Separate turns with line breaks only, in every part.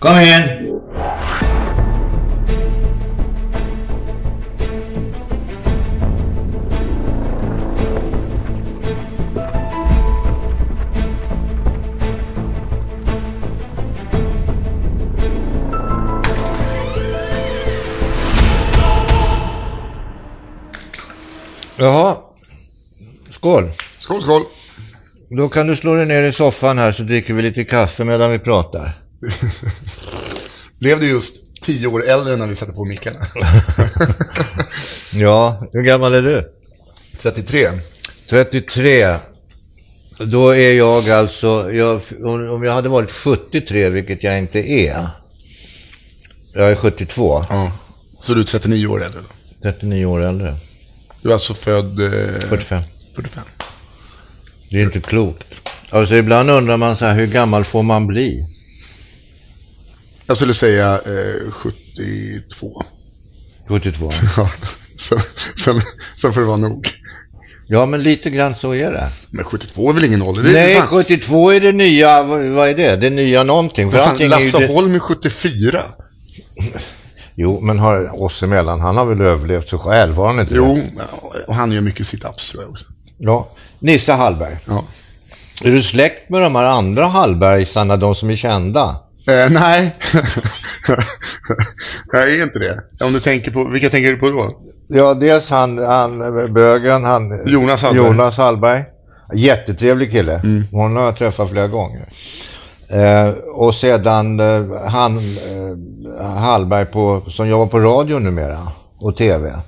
Kom igen! Jaha. Skål.
Skål, skål.
Då kan du slå dig ner i soffan här så dricker vi lite kaffe medan vi pratar.
Blev du just tio år äldre när vi satte på mickarna?
Ja, hur gammal är du?
33.
33. Då är jag alltså, jag, om om jag hade varit 73, vilket jag inte är. Jag är 72,
Ja. Så du är 39 år äldre då?
39 år äldre.
Du är alltså född... Eh,
45.
45.
Det är inte klokt. Alltså ibland undrar man så här, hur gammal får man bli?
Jag skulle säga eh, 72.
72.
Ja. Sen, sen, sen får det vara nog.
Ja, men lite grann så är det.
Men 72 är väl ingen ålder? Det är
Nej,
fan-
72 är det nya, vad vad är det? Det nya någonting. För
Vad
allting
fan,
är ju
Lasse
det...
Holm är 74.
Jo, men har oss emellan, han har väl överlevt sig själv, har han inte det?
Jo, och han gör mycket situps tror jag också.
Ja. Nisse Hallberg.
Ja.
Är du släkt med de här andra Hallbergsarna, de som är kända?
Eh, nej. jag är inte det. Om du tänker på, vilka tänker du på då?
Ja, dels han, han bögen, han...
Jonas Hallberg. Mm.
Jonas Hallberg. Jättetrevlig kille. Honom har jag träffat flera gånger. Eh, och sedan eh, han eh, Hallberg på, som jobbar på radio numera och TV.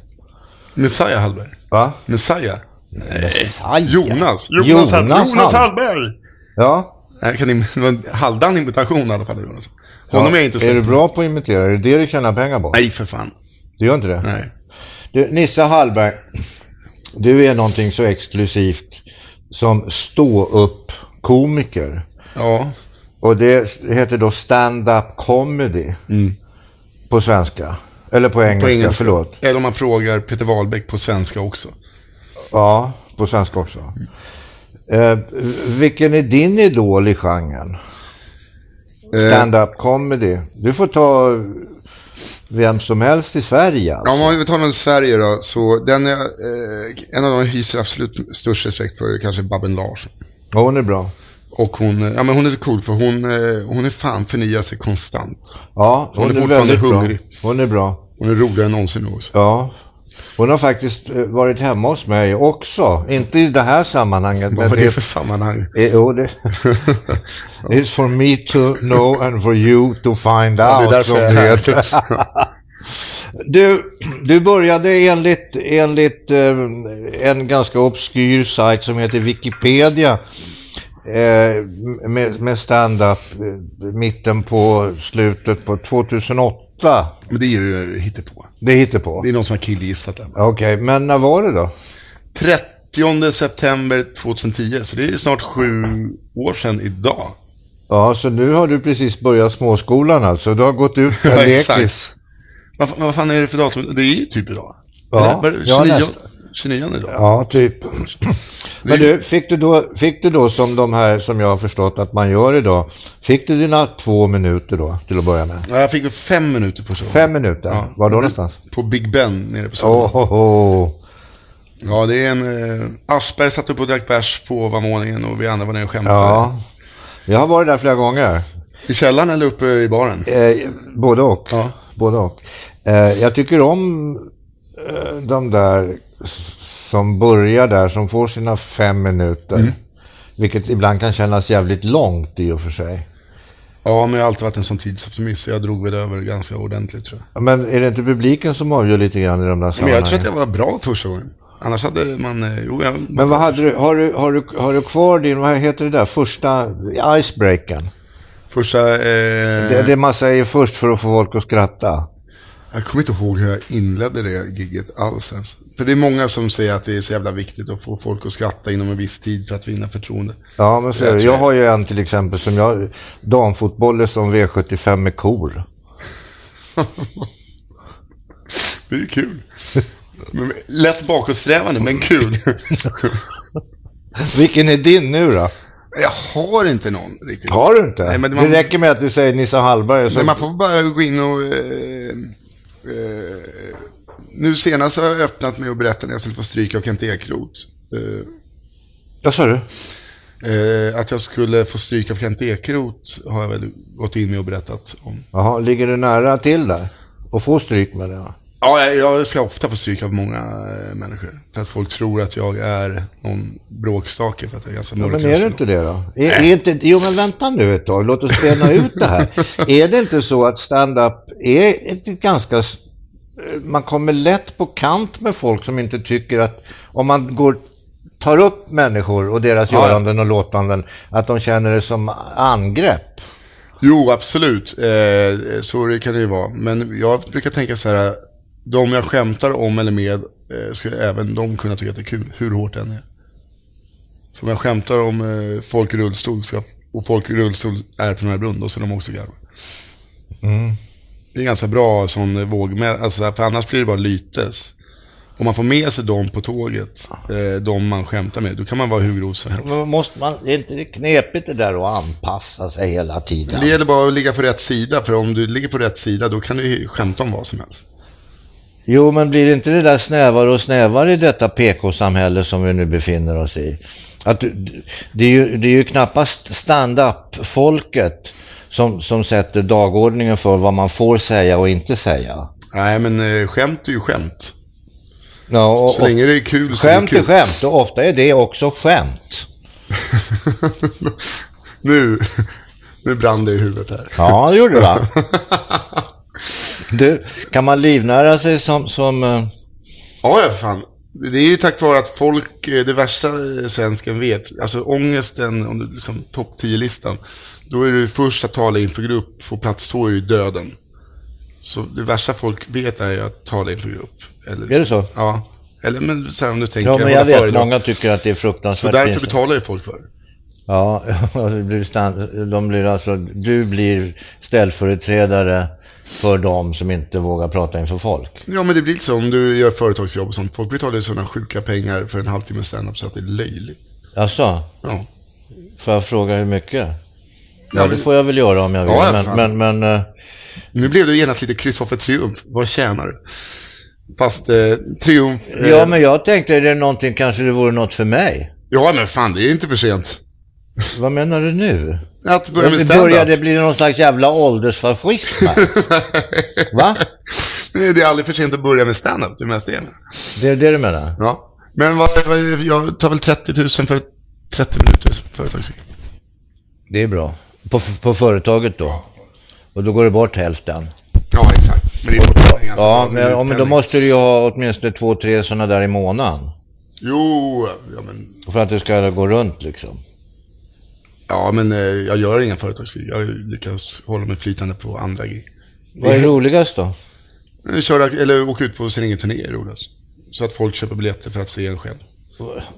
Messiah Hallberg.
Va?
Messiah.
Messiah.
Eh, Jonas.
Jonas
Jonas, Hall- Jonas,
Hall-
Hallberg.
Ja.
Nej, kan ni, det var en halvdan imitation i alla fall. Jonas. Honom är jag inte
Är
släkt
du
med.
bra på att imitera? Är det det du tjänar pengar på?
Nej, för fan.
Du gör inte det?
Nej.
Du, Nissa Hallberg, du är någonting så exklusivt som stå-upp-komiker.
Ja.
Och det heter då stand-up comedy på svenska. Eller på engelska,
Mm. På engelska.
förlåt.
Eller om man frågar Peter Wahlbeck på svenska också.
Ja, på svenska också.
Mm.
Eh, vilken är din idol i
Eh.
genren? Stand-up comedy. Du får ta vem som helst i Sverige. Alltså.
Ja, om vi tar någon i Sverige då, så den är, eh, en av dem jag hyser absolut störst respekt för är kanske Babben Larsson.
Ja, hon är bra.
Och hon, eh, ja men hon är så cool för hon, eh, hon är fan förnyar sig konstant.
Ja, hon,
Hon är
är,
fortfarande
väldigt
hungrig.
bra. Hon är bra.
Hon är roligare än någonsin nu också.
Ja. Hon har faktiskt eh, varit hemma hos mig också. Inte i det här sammanhanget.
Vad
Men
var det
det,
för sammanhang?
eh, jo, det, it's for me to know and for you to find
Det
out.
är därför
som
jag
det
är
heter.
här.
Du, du började enligt, enligt eh, en ganska obskyr sajt som heter Wikipedia eh, med, med stand-up eh, mitten på slutet på 2008.
Men det är ju eh, hittepå.
Det hittar på.
Det är någon som har killgissat det.
Okej, men när var det då?
30 september 2010, så det är snart sju år sedan idag.
Ja, så nu har du precis börjat småskolan alltså. Du har gått ut
Ja,
en lekis.
exakt. Vad, fa- vad fan är det för datum? Det är ju typ idag.
Ja,
Eller, var det
jag
29,
läste.
29 idag.
Ja, typ. Men du, fick du, då, fick du då som de här som jag har förstått att man gör idag, fick du dina två minuter då till att börja med?
Ja, Jag fick väl fem minuter första gången.
Fem minuter?
Ja.
Var då någonstans?
På Big Ben nere på Söder.
Åh, oh,
Ja, det är en... Eh, Aschberg satt upp och drack bärs på ovanvåningen och vi andra var nere och skämtade.
Ja. Jag har varit där flera gånger.
I källaren eller uppe i baren?
Eh, både och.
Ja.
Både och. Eh, jag tycker om eh, de där s- som börjar där, som får sina fem minuter.
Mm.
Vilket ibland kan kännas jävligt långt i och för sig.
Ja, men jag har alltid varit en sån tidsoptimist så jag drog väl över ganska ordentligt tror jag.
Men är det inte publiken som avgör lite grann i de där
Men
sammanhangen?
jag tror att jag var bra första gången. Annars hade man... eh, Jo, jag,
Men vad hade du, har, du, har, du, har du kvar din, vad heter det där, första icebreakern?
första... Eh,
Det, det man säger först för att få folk att skratta.
Jag kommer inte ihåg hur jag inledde det gigget alls ens. För det är många som säger att det är så jävla viktigt att få folk att skratta inom en viss tid för att vinna förtroende.
Ja, men så är
Jag
det.
tror-
Jag har ju en till exempel som jag... Damfotboll är som V75 med kor.
Det är ju kul. Men, lätt bakåtsträvande, men kul.
Vilken är din nu då?
Jag har inte någon riktigt.
Har du inte?
Nej, men man-
det räcker med att du säger Nisse Hallberg. Så...
Men man får bara gå in och... Eh, eh, nu senast har jag öppnat mig och berättat när jag skulle få stryk av Kent Ekeroth. Eh,
Vad sa du?
Eh, att jag skulle få stryk av Kent Ekeroth har jag väl gått in med och berättat om.
Jaha, ligger du nära till där? Och får stryk med det? va?
Ja, jag, jag ska ofta få stryk av många eh, människor. För att folk tror att jag är någon bråkstake för att jag är ganska mörk.
Men är det inte det då? Är, är inte, jo men vänta nu ett tag, låt oss bena ut det här. är det inte så att stand-up är ett ganska... s- Man kommer lätt på kant med folk som inte tycker att... Om man går, tar upp människor och deras
Ja, ja.
göranden och låtanden, att de känner det som angrepp.
Jo, absolut. Eh, så kan det ju vara. Men jag brukar tänka så här. De jag skämtar om eller med eh, ska även de kunna tycka att det är kul, hur hårt det än är. Så om jag skämtar om eh, folk i rullstol ska, och folk i rullstol är på Norrbrunn, då ska de också garva. Det är ganska bra sån vågmätare, alltså, för annars blir det bara lytes. Om man får med sig dem på tåget, eh, de man skämtar med, då kan man vara hur grov som helst.
Men Måste man, är inte det knepigt det där att anpassa sig hela tiden?
Det gäller bara att ligga på rätt sida, för om du ligger på rätt sida då kan du ju skämta om vad som helst.
Jo, men blir det inte det där snävare och snävare i detta PK-samhälle som vi nu befinner oss i? Att, du- det, är ju, det är ju knappast stand-up-folket som, som sätter dagordningen för vad man får säga och inte säga.
Nej, men eh, skämt är ju skämt.
Ja, och,
Så länge det är kul
och,
så är det
skämt är
kul.
skämt och ofta är det också skämt.
nu, nu brann det i huvudet här.
Ja, det gjorde det va? Du, kan man livnära sig som... som eh,
Ja, ja, för fan. Det är ju tack vare att folk, eh, det värsta eh, svensken vet, alltså ångesten, om du liksom topp 10-listan, då är det ju först att tala inför grupp, få plats två är ju döden. Så det värsta folk vet är ju att tala inför grupp. Eller,
Är det så?
Ja. Eller men så här, om du tänker
ja, men
hålla
jag vet,
föredrag.
många tycker att det är fruktansvärt
Så därför
pinsamt.
betalar ju folk för det.
Ja, det blir stan- de blir alltså, du blir ställföreträdare för de som inte vågar prata inför folk.
Ja, men det blir lite så om du gör företagsjobb och sånt. Folk betalar ju sådana sjuka pengar för en halvtimme standup så att det är löjligt.
Alltså,
Ja.
får jag fråga hur mycket? Ja,
men-
det får jag väl göra om jag vill.
Ja, ja,
men,
fan.
men, men, eh,
Nu blev det genast lite Kristoffer Triumf. Vad tjänar du? Fast eh, Triumf... Eh,
ja, men jag tänkte, är det någonting, kanske det vore något för mig?
ja, men fan, det är inte för sent.
Vad menar du nu?
Att börja med
Det
standup.
började bli någon slags jävla åldersfascism här. Va?
Nej, det är aldrig för sent att börja med standup. Det är mest det jag menar.
Det är det du menar?
Ja. Men vad, vad, jag tar väl 30 000 för 30 minuter företagsjobb.
Det är bra. På, f- på företaget då? Och då går det bort hälften?
Ja, exakt. Men det är fortfarande ganska
Ja,
bra
men, ja, men då
utdelning.
måste du ju ha åtminstone två, tre sådana där i månaden.
Jo, ja men...
För att det ska gå runt liksom.
Ja, men eh, jag gör inga företagsgig. Jag lyckas hålla mig flytande på andra gig. Eh,
Vad är roligast då?
Köra, eller åka ut på sin egen turné är roligast. Så att folk köper biljetter för att se en själv.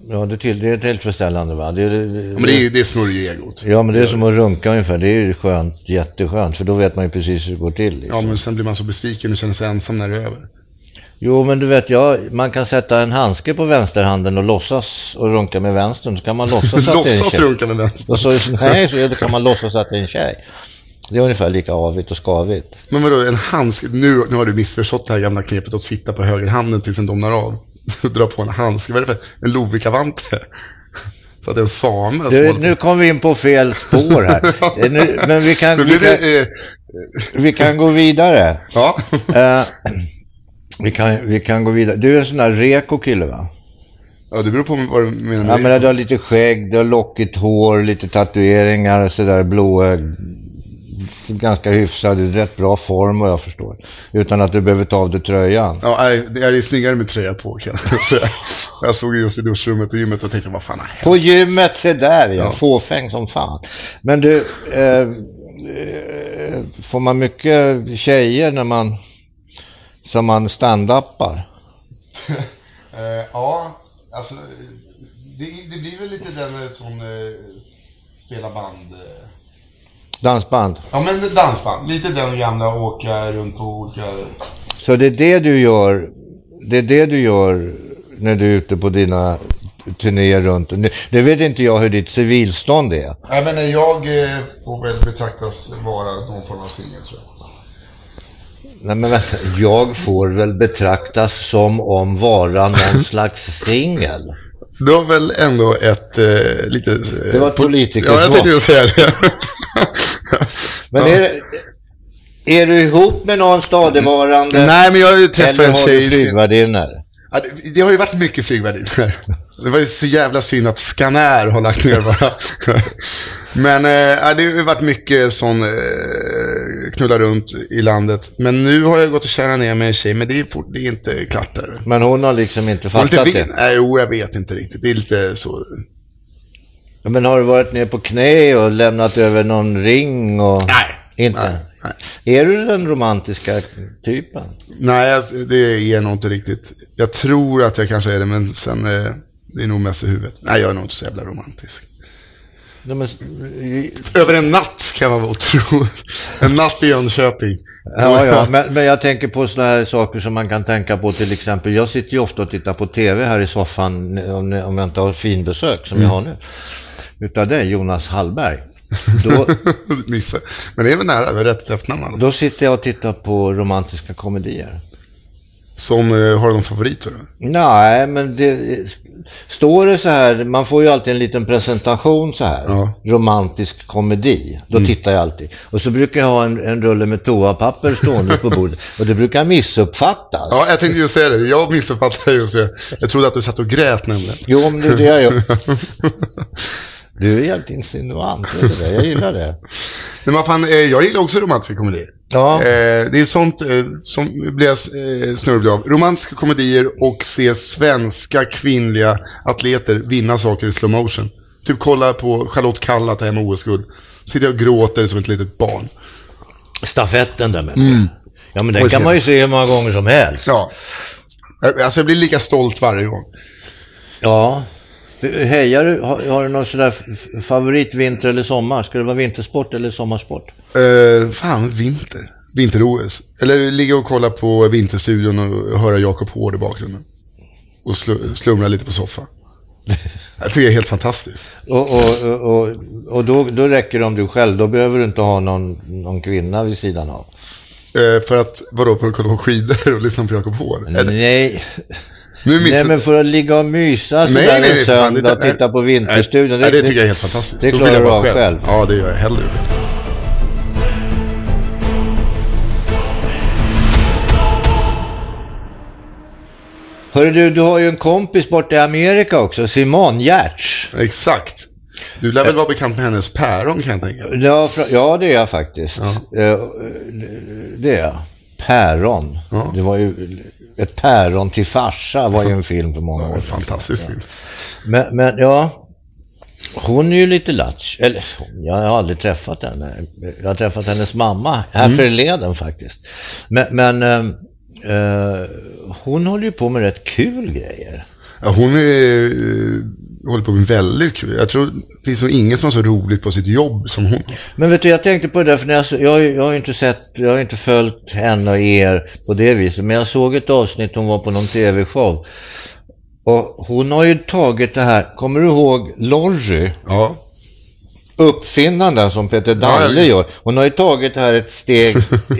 Ja, det, till, det är tillfredsställande va? Det, det,
Ja, men det, är- det smörjer ju egot.
ja, men det är som att runka ungefär. Det är ju skönt, jätteskönt. För då vet man ju precis hur det går till. Liksom.
Ja, men sen blir man så besviken och känner sig ensam när det är över.
Jo, men du vet, jag, man kan sätta en handske på vänsterhanden och låtsas och runka med vänstern. Så kan man låtsas att det är en
Låtsas
tjej.
runka med vänster.
Och så, Alltså, nej, så då kan man låtsas att det är en tjej. Det är ungefär lika avigt och skavigt.
Men vadå, en handske? Nu, nu har du missförstått det här gamla knepet att sitta på högerhanden tills den domnar av. Dra på en handske. Vad är det för en Lovikka-vante? Så att det är en same som
Du,
håller på-
nu kom vi in på fel spår här. Eh, nu, men vi kan,
Nu
vi,
blir
kan,
det... Eh,
vi kan gå vidare.
ja.
Eh, vi, kan, vi kan gå vidare. Du är en sån där reko kille va?
ja, det beror på vad du menar
Ja,
med
men du har lite skägg, du har lockigt hår, lite tatueringar och sådär blåögd. Ganska hyfsad, du är i rätt bra form vad jag förstår. Utan att du behöver ta av dig tröjan.
Ja, nej, det är snyggare med tröja på kan jag säga. Jag såg just i duschrummet på gymmet och tänkte, vad fan har hänt?
På gymmet, se där ja. Fåfäng som fan. Men du, eh, eh, får man mycket tjejer när man, som man standappar?
Eh, ja, alltså det, det blir väl lite den eh, som eh, spelar band. eh.
Dansband?
Ja, men dansband. Lite den gamla åka runt på olika...
Så det är det du gör, det är det du gör när du är ute på dina turnéer runt. Nu, nu vet inte jag hur ditt civilstånd är.
Nej, men jag eh, får väl betraktas vara någon form av singel, tror jag.
Nej men vänta, jag får väl betraktas som om vara någon slags singel.
Du har väl ändå ett eh, lite... eh,
Det var ett
po-
politikersvar.
Ja, jag tänkte just säga det.
Men är, det- är du ihop med någon stadigvarande?
Nej, men Mm. jag
Eller
träffade en
har du
tjej...
flygvärdinnor?
Ja, det- Det har ju varit mycket flygvärdinnor. Det var ju så jävla synd att Scanair har lagt ner bara. Men eh, ja, det har ju varit mycket sån eh, knulla runt i landet. Men nu har jag gått och kärat ner med en tjej, men det är, fort, det är inte klart där.
Men hon har liksom inte
Jag vet
fattat
inte
det.
vilken- Nej, jo, jag vet inte riktigt. Det är lite så.
Ja, Men har du varit ner på knä och lämnat över någon ring? Och...
Nej.
Inte?
Nej,
Är du den romantiska typen?
Nej, alltså, det är jag nog inte riktigt. Jag tror att jag kanske är det, men sen... Eh, det är nog mest i huvudet. Nej, jag är nog inte så jävla romantisk.
De är...
Över en natt kan man vara otroligt. En natt i Jönköping.
Ja, ja, men, men jag tänker på sådana här saker som man kan tänka på till exempel. Jag sitter ju ofta och tittar på TV här i soffan om, om jag inte har finbesök som
Mm.
jag har nu. Utav dig, Jonas Hallberg. Då,
Nisse. Men det är väl nära, det är rätt efternamn i alla fall.
då sitter jag och tittar på romantiska komedier.
Som, eh, har du någon favorit? Eller?
Nej, men det... Står det så här, man får ju alltid en liten presentation så här.
Ja. Mm.
Romantisk komedi. Då tittar jag alltid. Och så brukar jag ha en, en rulle med toapapper stående på bordet. Och det brukar missuppfattas.
Ja, jag tänkte ju säga det. Jag missuppfattade just det. Jag trodde att du satt och grät nämligen.
Jo, men det är det jag gör. Du är helt insinuant. vet du det? Jag gillar det.
Nej, men fan, eh, jag gillar också romantiska komedier.
Ja.
Eh, det är sånt eh, som blir jag eh, snörvlig av. Romantiska komedier och se svenska kvinnliga atleter vinna saker i slow motion. Typ kolla på Charlotte Kalla ta hem OS-guld. Sitter jag och gråter som ett litet barn.
Stafetten där med.
Mm.
Ja, men den
Och
kan
sen-
man ju se hur många gånger som helst.
Ja. Alltså jag blir lika stolt varje gång.
Ja. Du, Hejar du? Har, har du någon sådär f- f- favorit vinter eller sommar? Ska det vara vintersport eller sommarsport?
Eh, fan, vinter. Vinter-OS. Eller ligga och kolla på Vinterstudion och höra Jakob Hård i bakgrunden. Och slu- slumra lite på soffan. Jag tycker det är helt fantastiskt.
Och, och, och, och, och då, då räcker det om du själv. Då behöver du inte ha någon, någon kvinna vid sidan av.
Eh, för att, vadå, för att kolla på skidor och lyssna på Jakob Hård? Eller,
Nej.
nu missar...
Nej, men för att ligga och mysa sådär en
för fan,
söndag och
nej.
titta på Vinterstudion.
Nej, det, tycker jag är helt fantastiskt.
det
Då vill
klarar
jag
du
vara
av själv.
Ja, det gör jag hellre.
Hörru du, du har ju en kompis borta i Amerika också, Simon Giertz.
Exakt. Du lär väl vara bekant med hennes päron kan jag tänka mig.
Ja, fra- ja, det är jag faktiskt. Eh, Det är jag. Päron. Det var ju... Ett päron till farsa var ju en film för många år sedan.
Fantastisk film.
Men, men ja, hon är ju lite latch. Eller jag har aldrig träffat henne. Jag har träffat hennes mamma här förleden faktiskt. Men, men eh, eh, hon håller ju på med rätt kul grejer.
Ja, hon är, eh, håller på med väldigt kul. Jag tror det finns nog ingen som har så roligt på sitt jobb som hon.
Men vet du, jag tänkte på det där, för när jag, så- jag, har ju- jag har ju inte sett, jag har inte följt henne och er på det viset, men jag såg ett avsnitt, hon var på någon TV-show. Och hon har ju tagit det här, kommer du ihåg Lorry?
Ja.
Uppfinnaren där som Peter
Ja,
Dalle
ja,
gör. Hon har ju tagit det här ett steg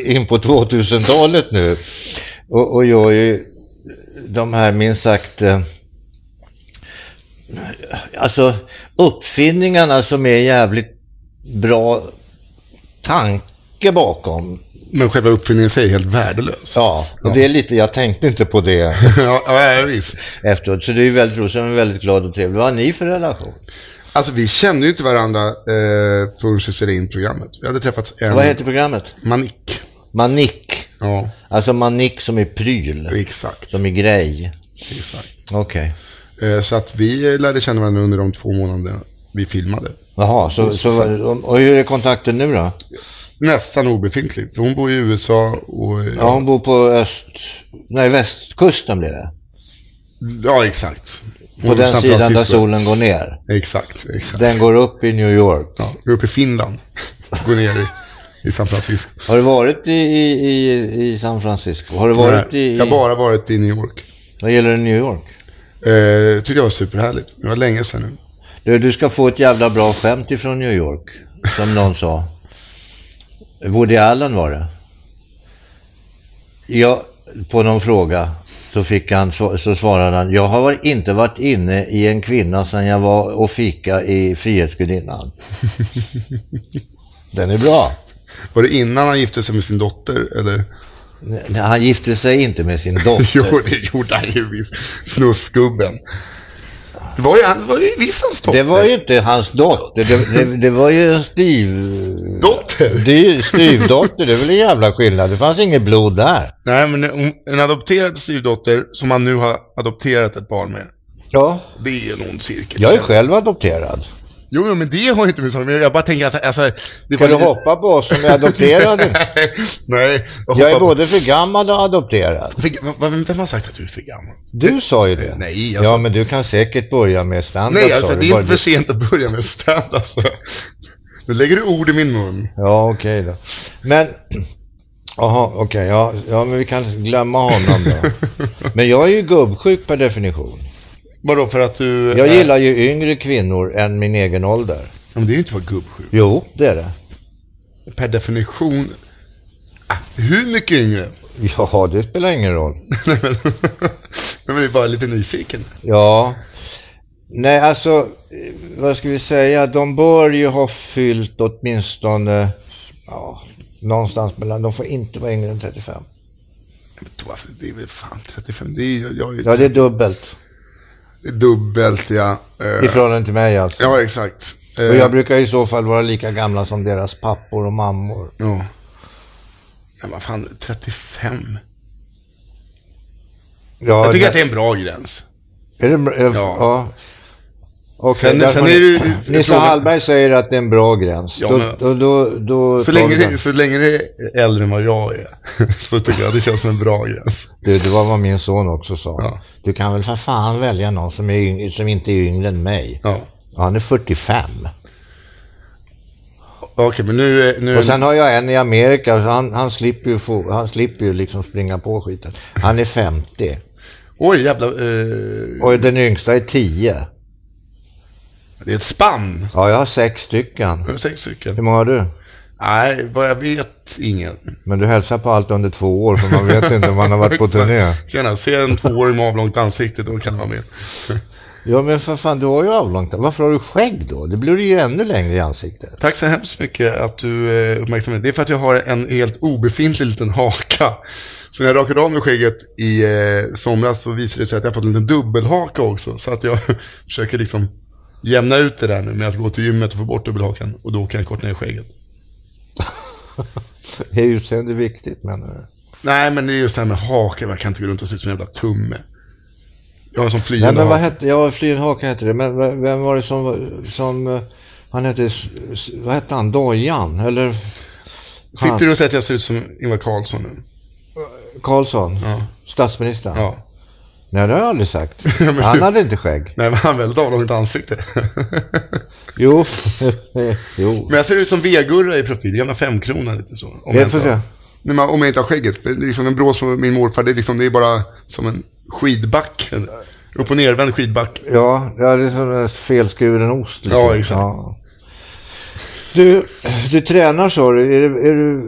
in på 2000-talet nu. Och, och gör ju de här minst sagt eh, alltså uppfinningarna som är jävligt bra tanke bakom.
Men själva uppfinningen i sig är helt värdelös.
Ja, och det är lite, jag tänkte inte på det
ja, ja, visst.
efteråt. Så det är ju väldigt roligt, så jag är väldigt glad och trevlig. Vad har ni för relation?
Alltså vi kände ju inte varandra eh, förrän vi spelade in programmet. Vi hade träffats en...
Vad heter programmet?
Manik.
Manick.
Ja,
Alltså manick som är pryl,
exakt.
som är grej.
exakt.
Okej.
Eh, så att vi eh, lärde känna varandra under de två månaderna vi filmade.
Jaha, så, så, och hur är kontakten nu då?
Nästan obefintlig, för hon bor i USA och... eh,
Ja, hon bor på öst... Nej, västkusten blir det.
ja exakt. Hon
På
bor i
den
Mm, San
sidan där
Francisco.
solen går ner.
Exakt, exakt.
Den går upp i New York.
Ja, går upp i Finland. Går ner i, i San Francisco.
Har du varit i, i, i, i San Francisco? Har du varit i...
Jag har bara varit i New York.
Vad gäller det New York?
Eh, tyckte jag var superhärligt. Det var länge sedan nu.
Du, du ska få ett jävla bra skämt ifrån New York, som någon sa. Woody Allen var det. Ja, på någon fråga så, fick han, så, så svarade han, jag har varit- inte varit inne i en kvinna sedan jag var och fika i Frihetsgudinnan. Den är bra.
Var det innan han gifte sig med sin dotter, eller?
Nej, Han gifte sig inte med sin dotter.
Jo, det gjorde han ju visst. Snusgubben. Det var ju, han, det var ju visst hans dotter.
Det var ju inte hans dotter, det, det, det var ju en styv...
Dotter?
Dyr styvdotter, det är väl en jävla skillnad. Det fanns inget blod där.
Nej, men en- en adopterad styvdotter som han nu har adopterat ett barn med.
Ja.
Det är en ond cirkel.
Jag är själv adopterad.
Jo, jo, men det har ju inte med saken men Jag bara tänker att, alltså... Det
Kan du
var lite-
hoppa på oss som är adopterade?
Nej. Jag,
Jag är
hoppar-
både för gammal och adopterad.
Fick- vad- vad- Vem har sagt att du är för gammal?
Du sa ju det.
Nej, jag sa-
Ja, men du kan säkert börja med standard.
Nej,
sa
alltså
du.
det är
Bara
inte för sent att börja med stand alltså. Nu lägger du ord i min mun.
Ja, okej då. Men... Jaha, okej. ja, ja, men vi kan glömma honom då. Men jag är ju gubbsjuk per definition.
Vadå, för att du...
Jag
är-
gillar ju yngre kvinnor än min egen ålder.
Ja, Men det är ju inte vad gubbsjuk.
Jo, det är det.
Per definition. Ah, hur mycket yngre?
Ja, det spelar ingen roll.
Nej, men... Nej, men jag är bara lite nyfiken.
Ja. Nej, alltså, eh, vad ska vi säga? De bör ju ha fyllt åtminstone, ja, någonstans mellan, de får inte vara yngre än 35.
Men varför- Det är väl fan 35, det är ju... Jag är
Ja, det är dubbelt.
det är dubbelt, ja. Eh,
I förhållande till mig alltså.
Ja, exakt. Eh,
Och jag brukar i så fall vara lika gamla som deras pappor och mammor.
Ja. Nej, men fan, 35.
Ja,
Jag tycker att det är en bra gräns.
är... det, är,
Ja.
ja. Okej,
Sen-
där
sen
får
är
ni-
det ju-
Nisse
frågan-
Hallberg säger att det är en bra gräns.
Ja,
då,
men-
då, då, då
Så
tar
länge,
vi den.
det, så länge det är äldre än vad jag är, så tycker jag det känns som en bra gräns.
Du, det var vad min son också sa.
Ja.
Du kan väl för fan välja någon som, är yng- som inte är yngre än mig.
Ja.
Han är 45.
Okej, men nu... är- nu
Och sen har jag en i Amerika, så han, han slipper ju, få, han slipper ju liksom springa på skiten. Han är 50.
Oj, jävlar. Eh,
Och den yngsta är 10.
det är ett spann.
Ja, jag har sex stycken.
Det är Sex stycken.
Hur många har du?
Nej, vad jag vet, ingen.
Men du hälsar på allt under två år, för man vet inte om man har varit på turné.
Tjena, se en tvååring med avlångt ansikte, då kan det vara med.
Ja, men för fan, du har ju avlångt. Varför har du skägg då? Det blir ju ännu längre i ansiktet.
Tack så hemskt mycket att du eh, uppmärksammade det. Det är för att jag har en helt obefintlig liten haka. Så när jag rakade av mig skägget i eh, somras så visade det sig att jag har fått en liten dubbelhaka också. Så att jag försöker liksom jämna ut det där nu med att gå till gymmet och få bort dubbelhakan. Och då kan jag korta ner skägget.
Är utseende viktigt, menar du?
Nej, men det är just det här med haka. Jag kan inte gå runt och se ut som en jävla tumme. Jag har en sån
Nej,
flyende
men vad
haka.
hette, ja, Flyr Haka hette det, men v- vem var det som, var- som eh, han hette, s- s- vad hette han, Dojan, eller
Sitter du och säger att jag ser ut som Ingvar Carlsson nu?
Karlsson?
Ja.
Statsministern?
Ja.
Nej, det har jag aldrig sagt.
Men-
Han hade inte skägg.
Nej, men han har väldigt avlångt ansikte.
Jo, jo.
Men jag ser ut som V-Gurra i profil, gamla femkrona lite så. Om
Det
jag,
får
inte har,
se.
Nej, men om jag inte har skägget. För det är liksom en brås från min morfar, det är, liksom, det är bara som en skidback. En upp och nervänd skidback.
Ja, ja, det är liksom som en felskuren ost. lite.
Ja, exakt.
Ja. Du, du tränar sa du. Är, du- är, du,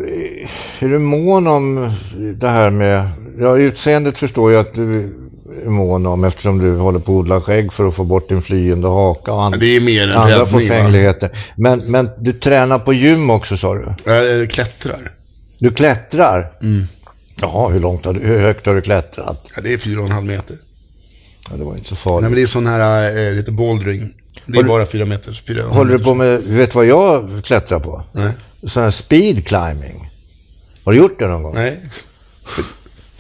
är du mån om det här med... Ja, utseendet förstår jag att du är mån om eftersom du håller på att odla skägg för att få bort din flyende haka och and,
Men det är mer en
andra
räddning. va?
förfängligheter. Men, men du tränar på gym också sa du?
Jag eh, klättrar.
Du klättrar?
Mm.
Jaha, hur, långt har du, hur högt har du klättrat?
Ja, det är fyra och en halv meter.
Ja, det var inte så farligt.
Nej, men det är sån här, eh, lite bouldering. Det är bara fyra meter. Fyra och en halv
Håller du
meter.
på med, vet du vad jag klättrar på?
Nej.
Sån här speed climbing. Har du gjort det någon gång?
Nej.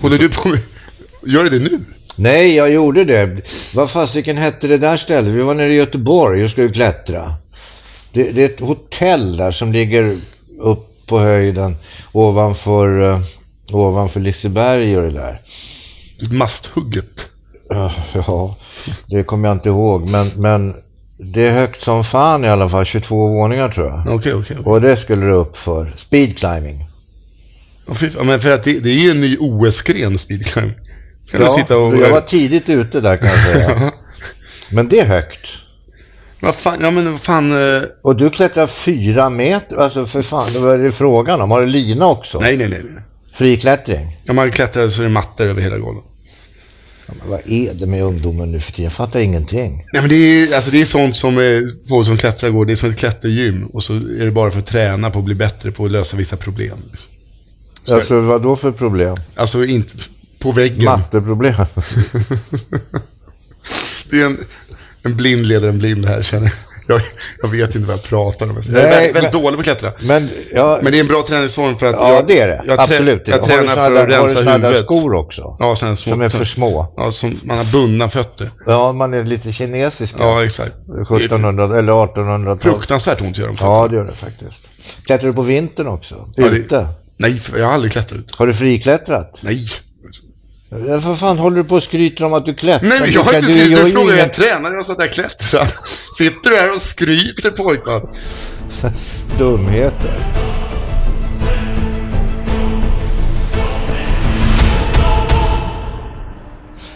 Håller du på med... Gör det nu?
Nej, jag gjorde det. Vad fasiken hette det där stället? Vi var nere i Göteborg och skulle klättra. Det, det är ett hotell där som ligger upp på höjden ovanför, uh, ovanför Liseberg och det där. Eh,
Masthugget.
Ja, det kommer jag inte ihåg, men, men det är högt som fan i alla fall. 22 våningar tror jag.
Okej, okej. okej.
Och det skulle du upp för. Speed climbing.
Ja, fy fan, Men för att det, det är ju en ny OS-gren, speedclimb. Kan du sitta och...
jag var tidigt ute där kan jag säga. Men det är högt.
Vad fan, ja men vad fan... eh,
Och du klättrar fyra meter, alltså för fan, vad är det frågan om? Har du lina också?
Nej, nej, nej. nej.
Friklättring?
När man klättrar så är det mattor över hela golvet.
Ja, men vad är det med ungdomen nu för tiden? Jag fattar ingenting.
Nej, men det är, alltså, det är sånt som eh, folk som klättrar går, det är som ett klättergym. Och så är det bara för att träna på att bli bättre på att lösa vissa problem. Så-
Alltså vad då för problem?
Alltså inte på väggen.
Matteproblem?
Det är en, en blind leder en blind här känner jag. jag. Jag vet inte vad jag pratar om. Jag är
Nej,
väldigt, väldigt
men-
dålig på att klättra.
Men, ja,
Men det är en bra träningsform för att...
ja
jag,
det är det.
Jag, trä-
Absolut.
jag
har du
tränar
såna
för
där-
att rensa
Har du såna där
huvudet.
skor också?
Ja, sådana små.
Som är för små?
Ja, som man har bundna fötter.
Ja, man är lite kinesisk.
Ja, exakt. Det är
1700 eller 1800-tal.
fruktansvärt ont gör de.
Ja, det gör det faktiskt. Klättrar du på vintern också?
Ja, det-
Ute?
Nej, för jag har aldrig klättrat ut.
Har du friklättrat?
Nej.
Ja, För fan håller du på och skryter om att du klättrar?
Nej, men
Du
jag har
kan-
inte
du
sett
gör
Alltså, Du
ju
frågar hur
inget-
jag tränar och sånt där klättrar. Sitter du här och skryter pojkman?
dumheter.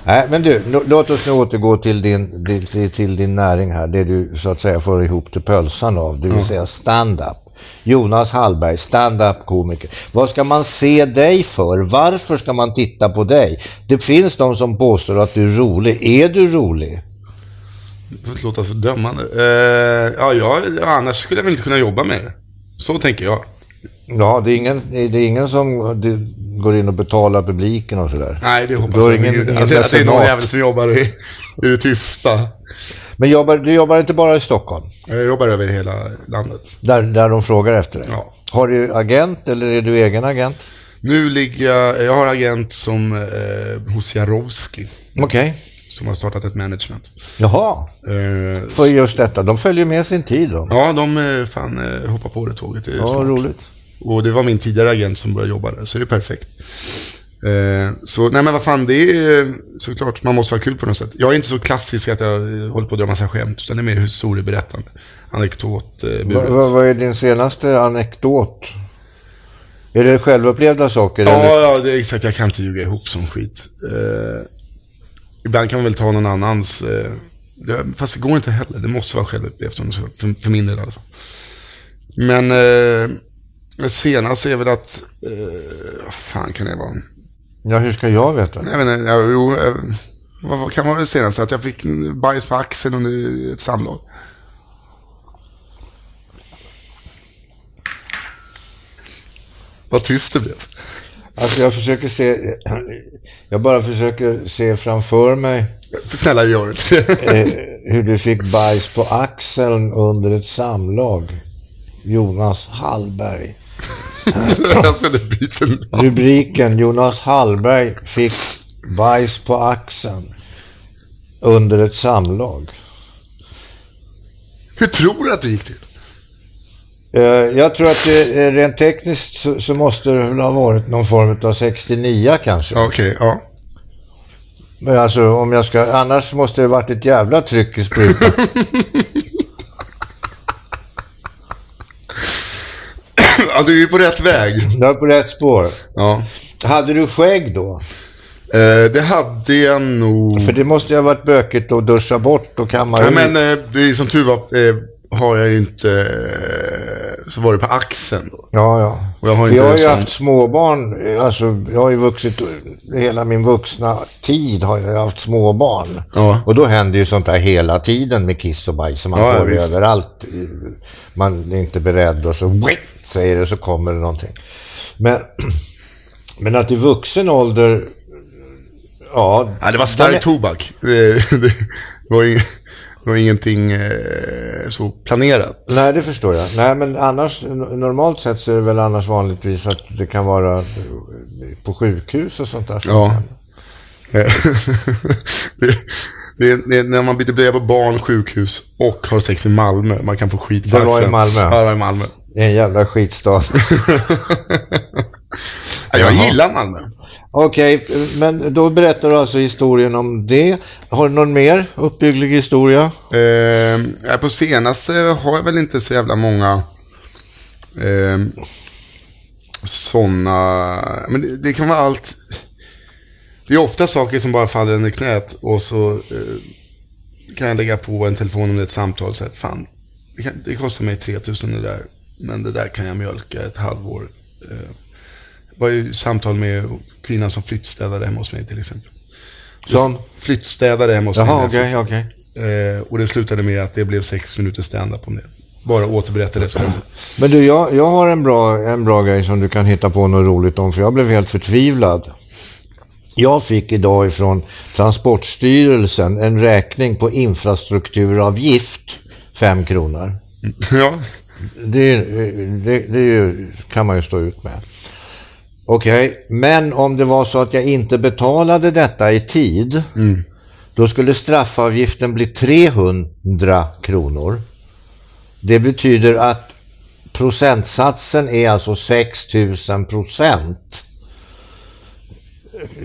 Nej, men du, nå- låt oss nu återgå till din, till- till, till din näring här, det du så att säga får ihop till pölsan av,
Mm.
det vill säga stand-up. Jonas Hallberg, stand-up komiker. Vad ska man se dig för? Varför ska man titta på dig? Det finns de som påstår att du är rolig. Är du rolig?
Det får inte låta så dömande. Eh, ja, jag, ja, annars skulle jag väl inte kunna jobba med det. Så tänker jag.
Ja, det är ingen, det är ingen som det, går in och betalar publiken och sådär.
Nej, det hoppas
Du har
jag.
ingen-
Ingen,
ingen
att, det- att det är någon
mecenat.
jävel som jobbar i, i det tysta.
Men jobbar, du jobbar inte bara i Stockholm?
Jag jobbar över hela landet.
Där, där de frågar efter dig?
Ja.
Har du agent eller är du egen agent?
Nu ligger jag... Jag har agent som eh, hos Jarowski.
Okej.
Som har startat ett management.
Jaha,
Eh,
för just detta. De följer med sin tid då.
ja, de eh, fan eh, hoppar på det tåget. Det är
Ja,
smart.
roligt.
Och det var min tidigare agent som började jobba där, så det är perfekt. Eh, så nej men vad fan, det är eh, såklart, man måste ha kul på något sätt. Jag är inte så klassisk att jag eh, håller på att dra massa skämt, utan det är mer historieberättande. Anekdot, eh,
Va,
buret.
va, vad är din senaste anekdot? Är det självupplevda saker? eller?
Ja, ja, det är exakt. Jag kan inte ljuga ihop som skit. Eh, ibland kan man väl ta någon annans, eh, det, fast det går inte heller. Det måste vara självupplevt, om det så- för, för min del i alla fall. Men eh, det senaste är väl att, eh, vad fan kan det vara?
ja, hur ska jag veta?
Jag vet inte, ja, jo, eh, vad vad kan vara det senaste? Att jag fick en bajs på axeln under ett samlag. Vad tyst det blev.
Alltså jag försöker se... Jag bara försöker se framför mig
Snälla, gör inte det.
eh, hur du fick bajs på axeln under ett samlag. Jonas Hallberg.
Jag ska inte byta namn.
Rubriken Jonas Hallberg fick bajs på axeln under ett samlag.
Hur tror du att det gick till?
Eh, Jag tror att det, eh, rent tekniskt så, så måste det väl ha varit någon form av 69 kanske.
Ja, Okej, ja.
Men alltså om jag ska, annars måste det varit ett jävla tryck i sprutan.
ja. Du är ju på rätt väg.
Jag är på rätt spår.
Ja.
Hade du skägg då?
Eh, det hade jag nog...
För det måste ju ha varit bökigt att duscha bort och kamma
Ja,
ur.
men eh, det är som tur var eh, har jag ju inte... Eh, så var det på axeln då.
Ja, ja.
Och jag har
För
inte
jag har ju
sån-
haft småbarn, eh, alltså jag har ju vuxit, hela min vuxna tid har jag ju haft småbarn.
Ja.
Och då händer ju sånt där hela tiden med kiss och bajs som man
Ja, ja,
får
visst.
överallt. Man är inte beredd och så "Wick", säger det så kommer det någonting. Men, men att i vuxen ålder, ja.
Ja, det var stark
Men-
tobak. Det, det, var ing, det var ingenting eh, så planerat.
Nej, det förstår jag. Nej, men annars, normalt sett så är det väl annars vanligtvis att det kan vara på sjukhus och sånt där.
Ja. Eh, det, det, det, när man byter blöja på barn, sjukhus och har sex i Malmö. Man kan få skit på
Det var i
axeln.
Malmö.
Ja, det var i Malmö.
Det är en jävla skitstad.
Ja, jag
Jaha.
gillar Malmö.
Okej, men då berättar du alltså historien om det. Har du någon mer uppbygglig historia?
Eh, ja, på senaste har jag väl inte så jävla många eh, sådana. Men det, det kan vara allt. Det är ofta saker som bara faller under knät och så eh, kan jag lägga på en telefon eller ett samtal och säga, fan, det, kan, det kostar mig 3000 det där, men det där kan jag mjölka ett halvår. Eh, det var ju samtal med kvinnan som flyttstädade hemma hos mig till exempel.
Sån?
Flyttstädade hemma hos mig. när
Jaha,
jag
okej, okej.
Eh, och det slutade med att det blev sex minuter stand-up om det. Bara återberätta det som hände.
Men du, jag, jag har en bra, en bra grej som du kan hitta på något roligt om, för jag blev helt förtvivlad. Jag fick idag ifrån Transportstyrelsen en räkning på infrastrukturavgift, fem kronor.
ja.
Det, är- det, det är ju, kan man ju stå ut med. Okej, men om det var så att jag inte betalade detta i tid, då skulle straffavgiften bli 300 kronor. Det betyder att procentsatsen är alltså 6000 procent.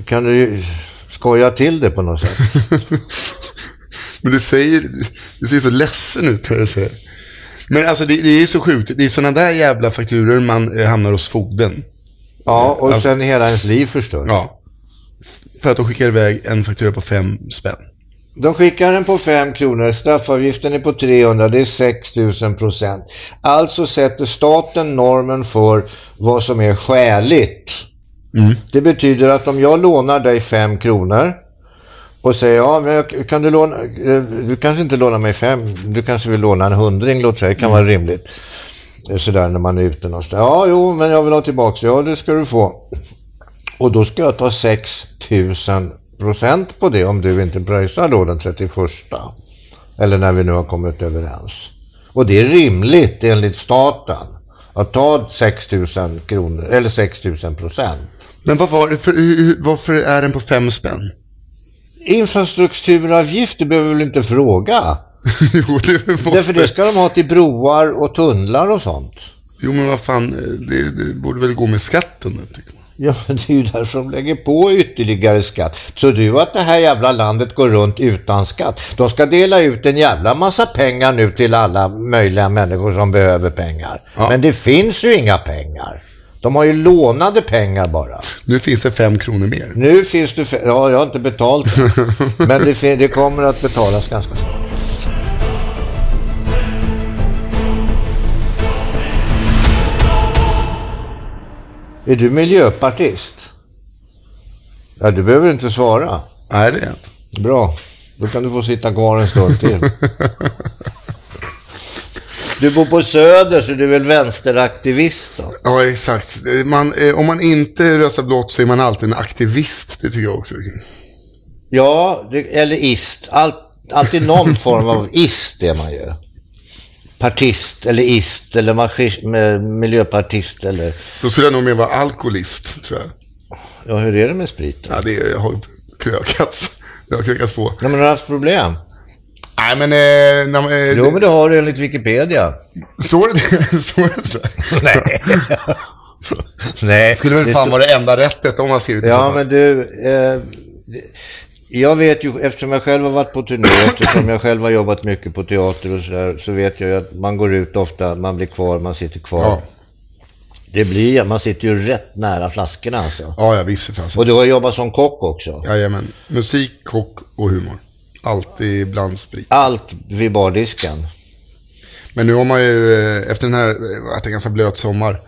Kan du ju skoja till det på något sätt?
Men du säger, du ser så ledsen ut när du säger det. Men alltså det, det är så sjukt. Det är sådana där jävla fakturer man eh, hamnar hos fogden.
Ja, och sen är hela ens liv förstört.
Ja. För att de skickar iväg en faktura på fem spänn.
De skickar den på 5 kronor, straffavgiften är på 300, det är 6000 procent. Alltså sätter staten normen för vad som är skäligt. Det betyder att om jag lånar dig 5 kronor och säger ja, men jag- kan du låna, eh, du kanske inte lånar mig fem, du kanske vill låna en hundring, låt säga, det kan vara rimligt. Eh, Sådär när man är ute någonstans. Ja, jo, men jag vill ha tillbaka, ja det ska du få. Och då ska jag ta 6000 procent på det om du inte pröjsar då den 31. Eller när vi nu har kommit överens. Och det är rimligt enligt staten att ta 6000 kronor, eller 6000 procent.
Men vad var det för, hur- hur- varför är den på fem spänn?
Infrastrukturavgift, det behöver vi väl inte fråga?
jo, det måste...
Därför det ska de ha till broar och tunnlar och sånt.
Jo, men vad fan, eh, det, det borde väl gå med skatten, tycker man.
Ja, men det är ju därför de lägger på ytterligare skatt. Tror du att det här jävla landet går runt utan skatt? De ska dela ut en jävla massa pengar nu till alla möjliga människor som behöver pengar. Men det finns ju inga pengar. De har ju lånade pengar bara.
Nu finns det fem kronor mer.
Nu finns det... fe- Ja, jag har inte betalt det. Men det, fin- det kommer att betalas ganska snart. Är du miljöpartist? Ja, du behöver inte svara.
Nej, det är inte.
Bra. Då kan du få sitta kvar en stund till. Du bor på Söder, så du är väl vänsteraktivist då?
Ja, exakt. Man, eh, om man inte röstar blått så är man alltid en aktivist. Det tycker jag också.
Ja, det, eller ist. Allt, alltid någon form av ist är man ju. Partist eller ist eller maskis, med- miljöpartist eller...
Då skulle jag nog mer vara alkoholist, tror jag.
Ja, hur är det med spriten?
Ja, det har krökats. Det har krökats på.
Nej, men har du haft problem?
Nej, men... Eh, när man, eh,
Jo, men det har du enligt Wikipedia.
Så är det Så är det
Nej. Nej.
Det skulle väl fan vara det enda rättet om man skrivit det så
Ja,
fall.
men du... Eh, jag vet ju, eftersom jag själv har varit på turné, eftersom jag själv har jobbat mycket på teater och sådär, så vet jag ju att man går ut ofta, man blir kvar, man sitter kvar.
Ja.
Det blir, man sitter ju rätt nära flaskorna alltså.
Ja, ja, visst för fasen.
Och du har jobbat som kock också.
Jajamän. Musik, kock och humor. Alltid bland sprit.
Allt vid bardisken.
Men nu har man ju, eh, efter den här, eh, varit en ganska blöt sommar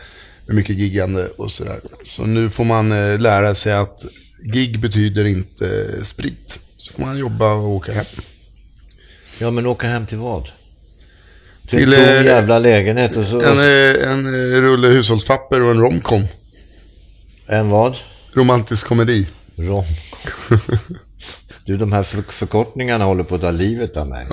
med mycket giggande och sådär. Så nu får man eh, lära sig att gig betyder inte eh, sprit. Så får man jobba och åka hem.
Ja, men åka hem till vad? Till,
Till,
en tom
eh,
jävla lägenhet och så... En,
En, eh, en eh, rulle hushållspapper och en romcom.
vad?
Romantisk komedi.
Rom. Du, de här för- förkortningarna håller på att ta livet av mig.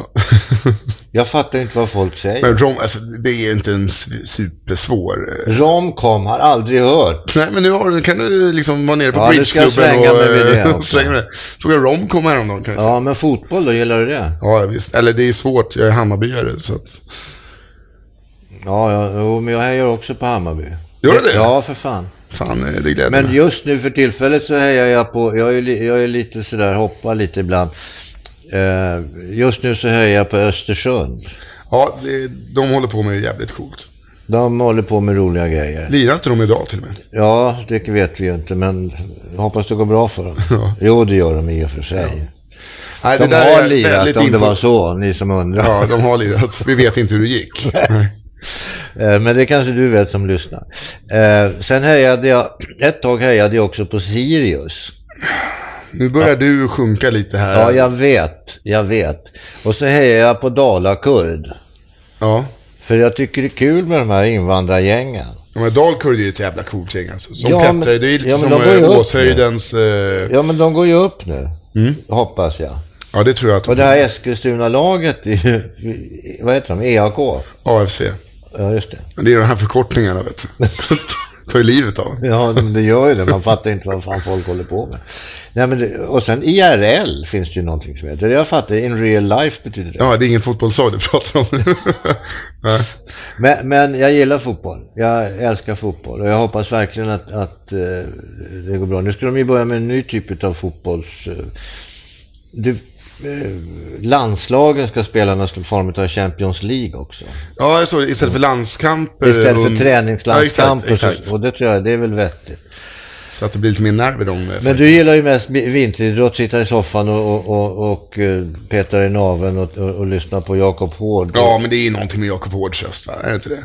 Jag fattar inte vad folk säger.
Men rom, alltså, det är inte en s- supersvår... eh,
Romcom har aldrig hört.
Nej, men nu har, du- kan du liksom vara nere på
Ja, nu ska
bridgeklubben
jag svänga
och
mig vid det
eh,
också.
slänga med det. Såg en romcom häromdagen kan jag säga.
Ja, men fotboll då, gillar du det?
Ja. ja, visst. Eller det är svårt, jag är Hammarbyare så att...
Ja, ja jo, men jag hejar också på Hammarby.
Gör du det?
Ja, för fan.
Fan, eh, det gläder mig.
Men just nu för tillfället så hejar jag på, jag är, li- jag är lite sådär, hoppar lite ibland. Eh, just nu så hejar jag på Östersund.
Ja, det, de håller på med jävligt coolt.
De håller på med roliga grejer.
Lirar inte de idag till och med?
Ja, det vet vi ju inte, men jag hoppas det går bra för dem.
Ja.
Jo, det gör de i och för sig.
Nej,
De har
är
lirat
väldigt
om det
input-
var så, ni som undrar.
Ja, de har lirat. Vi vet inte hur det gick. Nej.
Eh, Men det kanske du vet som lyssnar. Eh, Sen hejade jag, ett tag hejade jag också på Sirius.
Nu börjar du sjunka lite här.
Ja, jag vet, jag vet. Och så hejade jag på Dalakurd.
ja.
För jag tycker det är kul med de här invandrargängen.
Ja, men Dalkurd är ju ett jävla coolt gäng alltså. Som
Ja, men-
klättrar, det är lite
ja, men
som
de går ju
eh,
upp
Åshöjdens... Eh,
Ja, men de går ju upp nu, hoppas jag.
ja, det tror jag att
Och det här Eskilstuna-laget, är ju- vad heter de, EAK?
AFC.
Ja, just det.
Men det är de här förkortningarna, vet du. Tar ju livet av en.
Ja, men det gör ju det. Man fattar inte vad fan folk håller på med. Nej, men det, och sen IRL finns det ju någonting som heter. Jag fattar, in real life betyder det.
Ja, det är ingen fotbollslag du pratar om. Nej.
Men, men jag gillar fotboll. Jag älskar fotboll och jag hoppas verkligen att, att eh, det går bra. Nu ska de ju börja med en ny typ av fotbolls... eh, Det, eh, landslagen ska spela någon form av Champions League också.
Ja, jag såg det. Istället för landskamper.
Istället för
Eh, och-
träningslandskamper.
Ja, exakt, exakt.
Och det tror jag, det är väl vettigt.
Så att det blir lite mer nerv i dem. eh,
Men du gillar ju mest bi- vinteridrott, sitta i soffan och, och, och, och eh, peta i naveln och, och, och lyssna på Jakob Hård.
Ja, men det är ju någonting med Jakob Hårds röst, va? Är det inte det?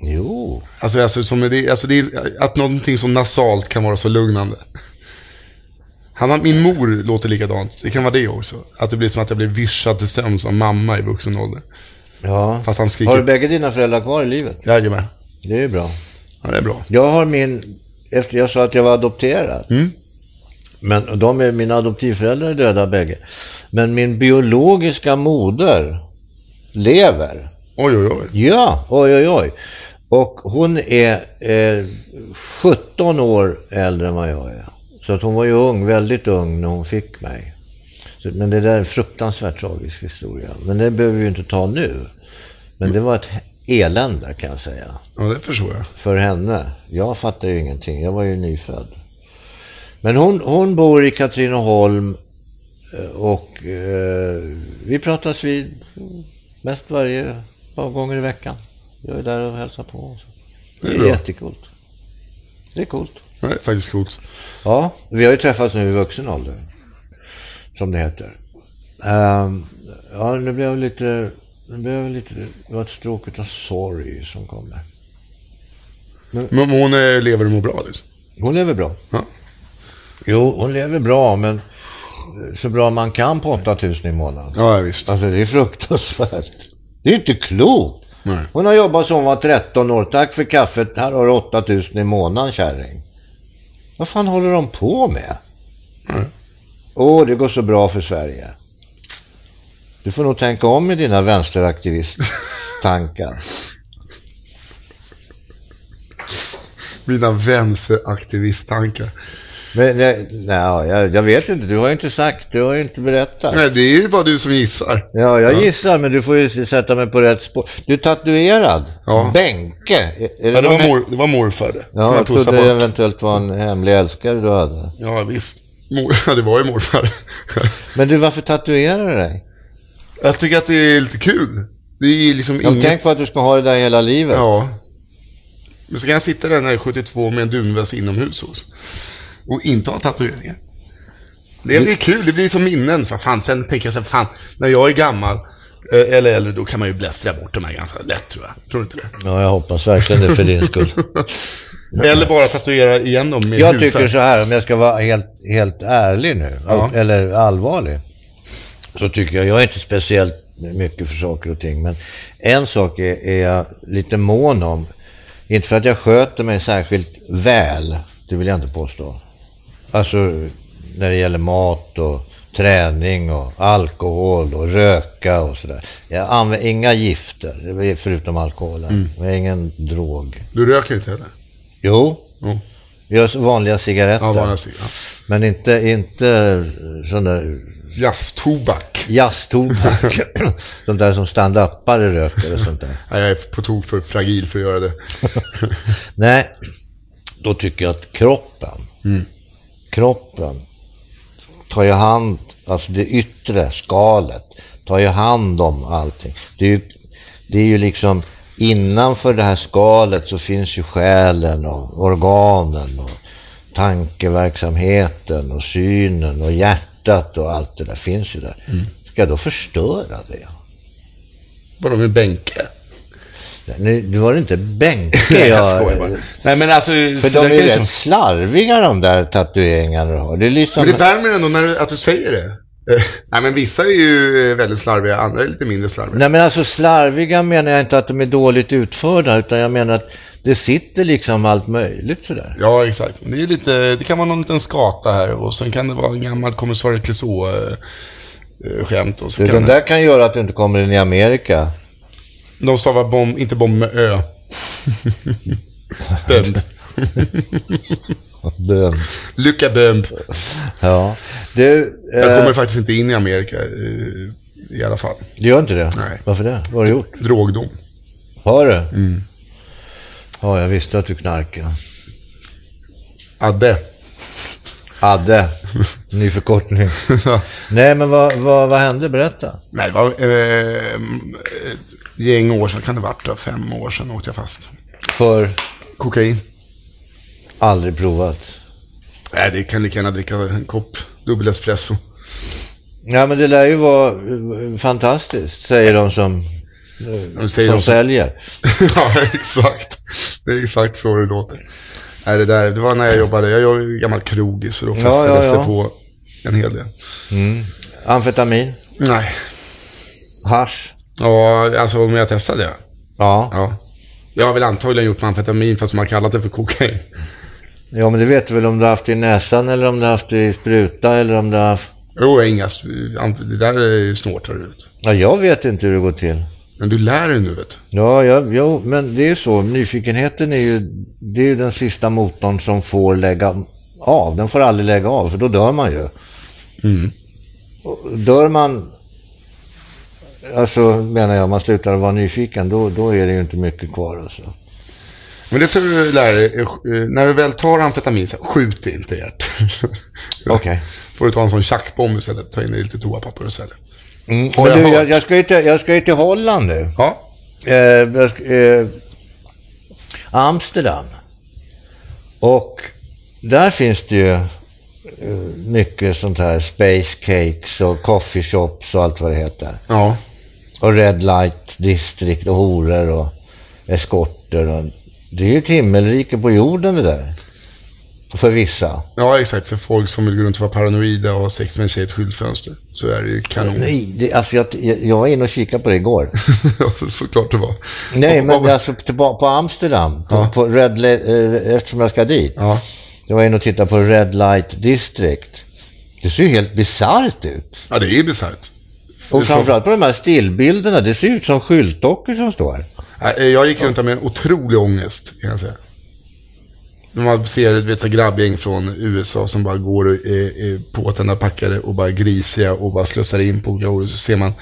Jo.
Alltså, alltså, som det, alltså det är, att någonting som nasalt kan vara så lugnande. Han, har- min mor låter likadant. Det kan vara det också. Att det blir som att jag blir vischad till sömns av mamma i vuxen ålder.
Ja.
Fast han skriker-
Har du bägge dina föräldrar kvar i livet?
Jajamän.
Det är ju bra.
Ja, det är bra.
Jag har min, efter jag sa att jag var adopterad. Men de är, mina adoptivföräldrar är döda bägge. Men min biologiska moder lever.
Oj, oj, oj.
Ja, oj, oj, oj. Och hon är eh, 17 år äldre än vad jag är. Så att hon var ju ung, väldigt ung när hon fick mig. Så, men det där är en fruktansvärt tragisk historia. Men det behöver vi ju inte ta nu. Men det var ett elände kan jag säga.
Ja, det förstår jag.
För henne. Jag fattade ju ingenting. Jag var ju nyfödd. Men hon, hon bor i Katrineholm eh, och eh, vi pratas vid mest varje par gånger i veckan. Jag är där och hälsar på. och så.
är
Det är
bra.
jättekult. Det är coolt.
Ja, det är faktiskt coolt.
Ja, vi har ju träffats nu i vuxen ålder. Som det heter. Ehm, ja, nu blev jag lite... Nu blev jag lite... Det var ett stråk utav sorg som kommer.
Men hon eh, lever och mår bra liksom.
Hon lever bra.
Ja.
Jo, hon lever bra, men så bra man kan på 8000 i månaden.
Ja, ja, visst.
Alltså det är fruktansvärt. Det är inte klokt.
Nej.
Hon har jobbat som hon var 13 år. Tack för kaffet. Här har du 8000 i månaden, kärring. Vad fan håller de på med? Åh, det går så bra för Sverige. Du får nog tänka om i dina vänsteraktivist-tankar.
Mina vänsteraktivist-tankar.
Men, nej, nej, jag, jag vet inte. Du har ju inte sagt. Du har ju inte berättat.
Nej, det är ju bara du som gissar.
Ja, jag gissar, men du får ju sätta mig på rätt spår. Du är tatuerad.
Ja.
Bänke. Är, är
Ja, det,
någon
var
he-
mor, det var morfar det. Som
Ja, jag
pussar
trodde
bort.
det eventuellt var en hemlig älskare du hade.
Ja, visst. Mor, ja, det var ju morfar.
Men du, varför tatuerar du dig?
Jag tycker att det är lite kul. Det är ju liksom
Jag
inget...
Tänk på att du ska ha det där hela livet.
Ja. Men så kan jag sitta där när jag är 72 med en dunväst inomhus också. Och inte ha tatueringar. Det blir kul, det blir som minnen. Så fan, sen tänker jag så här, fan, när jag är gammal eh, eller äldre, då kan man ju blästra bort de här ganska lätt tror jag. Tror du inte det?
Ja, jag hoppas verkligen det för din skull.
Eller bara tatuera igen dem med
Jag
hudfärg.
tycker så här, om jag ska vara helt, helt ärlig nu,
Ja.
eller allvarlig, så tycker jag, jag är inte speciellt mycket för saker och ting, men en sak är, är jag lite mån om. Inte för att jag sköter mig särskilt väl, det vill jag inte påstå. Alltså när det gäller mat och träning och alkohol och röka och sådär. Jag använder inga gifter, det är förutom alkoholen.
Mm.
Jag är ingen drog.
Du röker inte heller?
Jo,
Jo.
jag har vanliga cigaretter.
Mm. Ja, bara ja.
Men inte, inte sån där
Jazztobak.
jazztobak. sånt där som standupare röker och sånt där.
Nej, jag är på tok för fragil för att göra det.
Nej, då tycker jag att kroppen, kroppen tar ju hand, alltså det yttre skalet, tar ju hand om allting. Det är ju, det är ju liksom innanför det här skalet så finns ju själen och organen och tankeverksamheten och synen och hjärtat och allt det där finns ju där. Ska jag då förstöra det?
Vadå med Benke?
Nu, nu var det inte Benke
Nej, jag skojar bara. Nej, men alltså...
För de
så där
är
kan
ju
ju
rätt slarviga de där tatueringarna du har. Det är liksom...
Men det värmer ändå när du, att du säger det. Eh, Nej, men vissa är ju eh, väldigt slarviga, andra är lite mindre slarviga.
Nej men alltså slarviga menar jag inte att de är dåligt utförda, utan jag menar att det sitter liksom allt möjligt sådär.
Ja, exakt. Det, är lite, det kan vara någon liten skata här och sen kan det vara en gammal kommissarie Clisson-skämt. Och så
Du,
kan
den där kan göra att du inte kommer in i Amerika.
De stavar bomb, inte bomb med ö. bömb.
Bön.
Lycka bömb.
Ja. Du, eh,
Jag kommer faktiskt inte in i Amerika eh, i alla fall.
du gör inte det?
Nej.
Varför det? Vad har du gjort?
Drogdom.
Har du?
Mm.
Ja, jag visste att du knarkade.
Adde.
Adde. Ny förkortning. Nej, men vad, vad, vad hände? Berätta.
Nej, det var eh, ett gäng år sedan, kan det varit då? Fem år sedan åkte jag fast.
För
Kokain.
aldrig provat.
Nej, det kan lika gärna dricka en kopp dubbel espresso.
Ja, men det lär ju vara eh, fantastiskt, säger de som,
De
som
säger de-
säljer.
ja, exakt. Det är exakt så det låter. Nej, det, där, det var när jag jobbade. Jag jobbade ju gammal krogis och då
Ja,
festades
ja, ja.
det på en hel del.
Amfetamin,
Nej.
hasch.
Ja, alltså om jag testade det.
Ja.
Ja. Jag har väl antagligen gjort med amfetamin fast man har kallat det för kokain.
ja, men det vet du väl om du har haft det i näsan eller om du har haft det i spruta eller om du har haft...
Jo, inga, amf- det där är ju snårtar du ut.
Ja, jag vet inte hur det går till.
Men du lär dig nu vet du.
Ja, ja, ja men det är så. Nyfikenheten är ju, det är ju den sista motorn som får lägga av. Den får aldrig lägga av, för då dör man ju.
Mm.
Och Dör man, alltså menar jag, man slutar att vara nyfiken, då, då är det ju inte mycket kvar. Alltså.
Men det ska du lära dig. eh, sk- När du väl tar amfetamin, så här, skjut inte hjärt.
Okej.
Får du ta en sån tjackbomb istället. Ta in i lite toapapper och sälja.
Mm.
Har
Men
jag
du,
hört.
jag, jag, ska ju till, jag ska ju till Holland nu.
Ja.
Eh, jag ska- eh, Amsterdam. Och där finns det ju eh, mycket sånt här space cakes och coffee shops och allt vad det heter.
Ja.
Och red light district och horor och eskorter. Och, det är ju ett himmelrike på jorden det där. För vissa.
Ja, exakt. För folk som vill gå runt och vara paranoida och ha sex med en tjej i ett skyltfönster. Så är det ju kanon.
Nej, det, alltså jag, jag var inne och kikade på det igår.
Ja, Såklart det var.
Nej,
Och-
men
och-
alltså tillbaka på Amsterdam, på, på Red Li- eh, eftersom jag ska dit.
Ja.
Jag var inne och tittade på Red Light District. Det ser ju helt bisarrt ut.
Ja, det är ju bisarrt. Det är
Och
så-
framförallt på de här stillbilderna, det ser ut som skyltdockor som står.
Nej, eh, Jag gick runt där med en otrolig ångest, kan jag säga. När man ser ett vet, så här grabbgäng från USA som bara går och eh, är, är påtända packare och bara grisiga och bara slussar in på olika och så ser man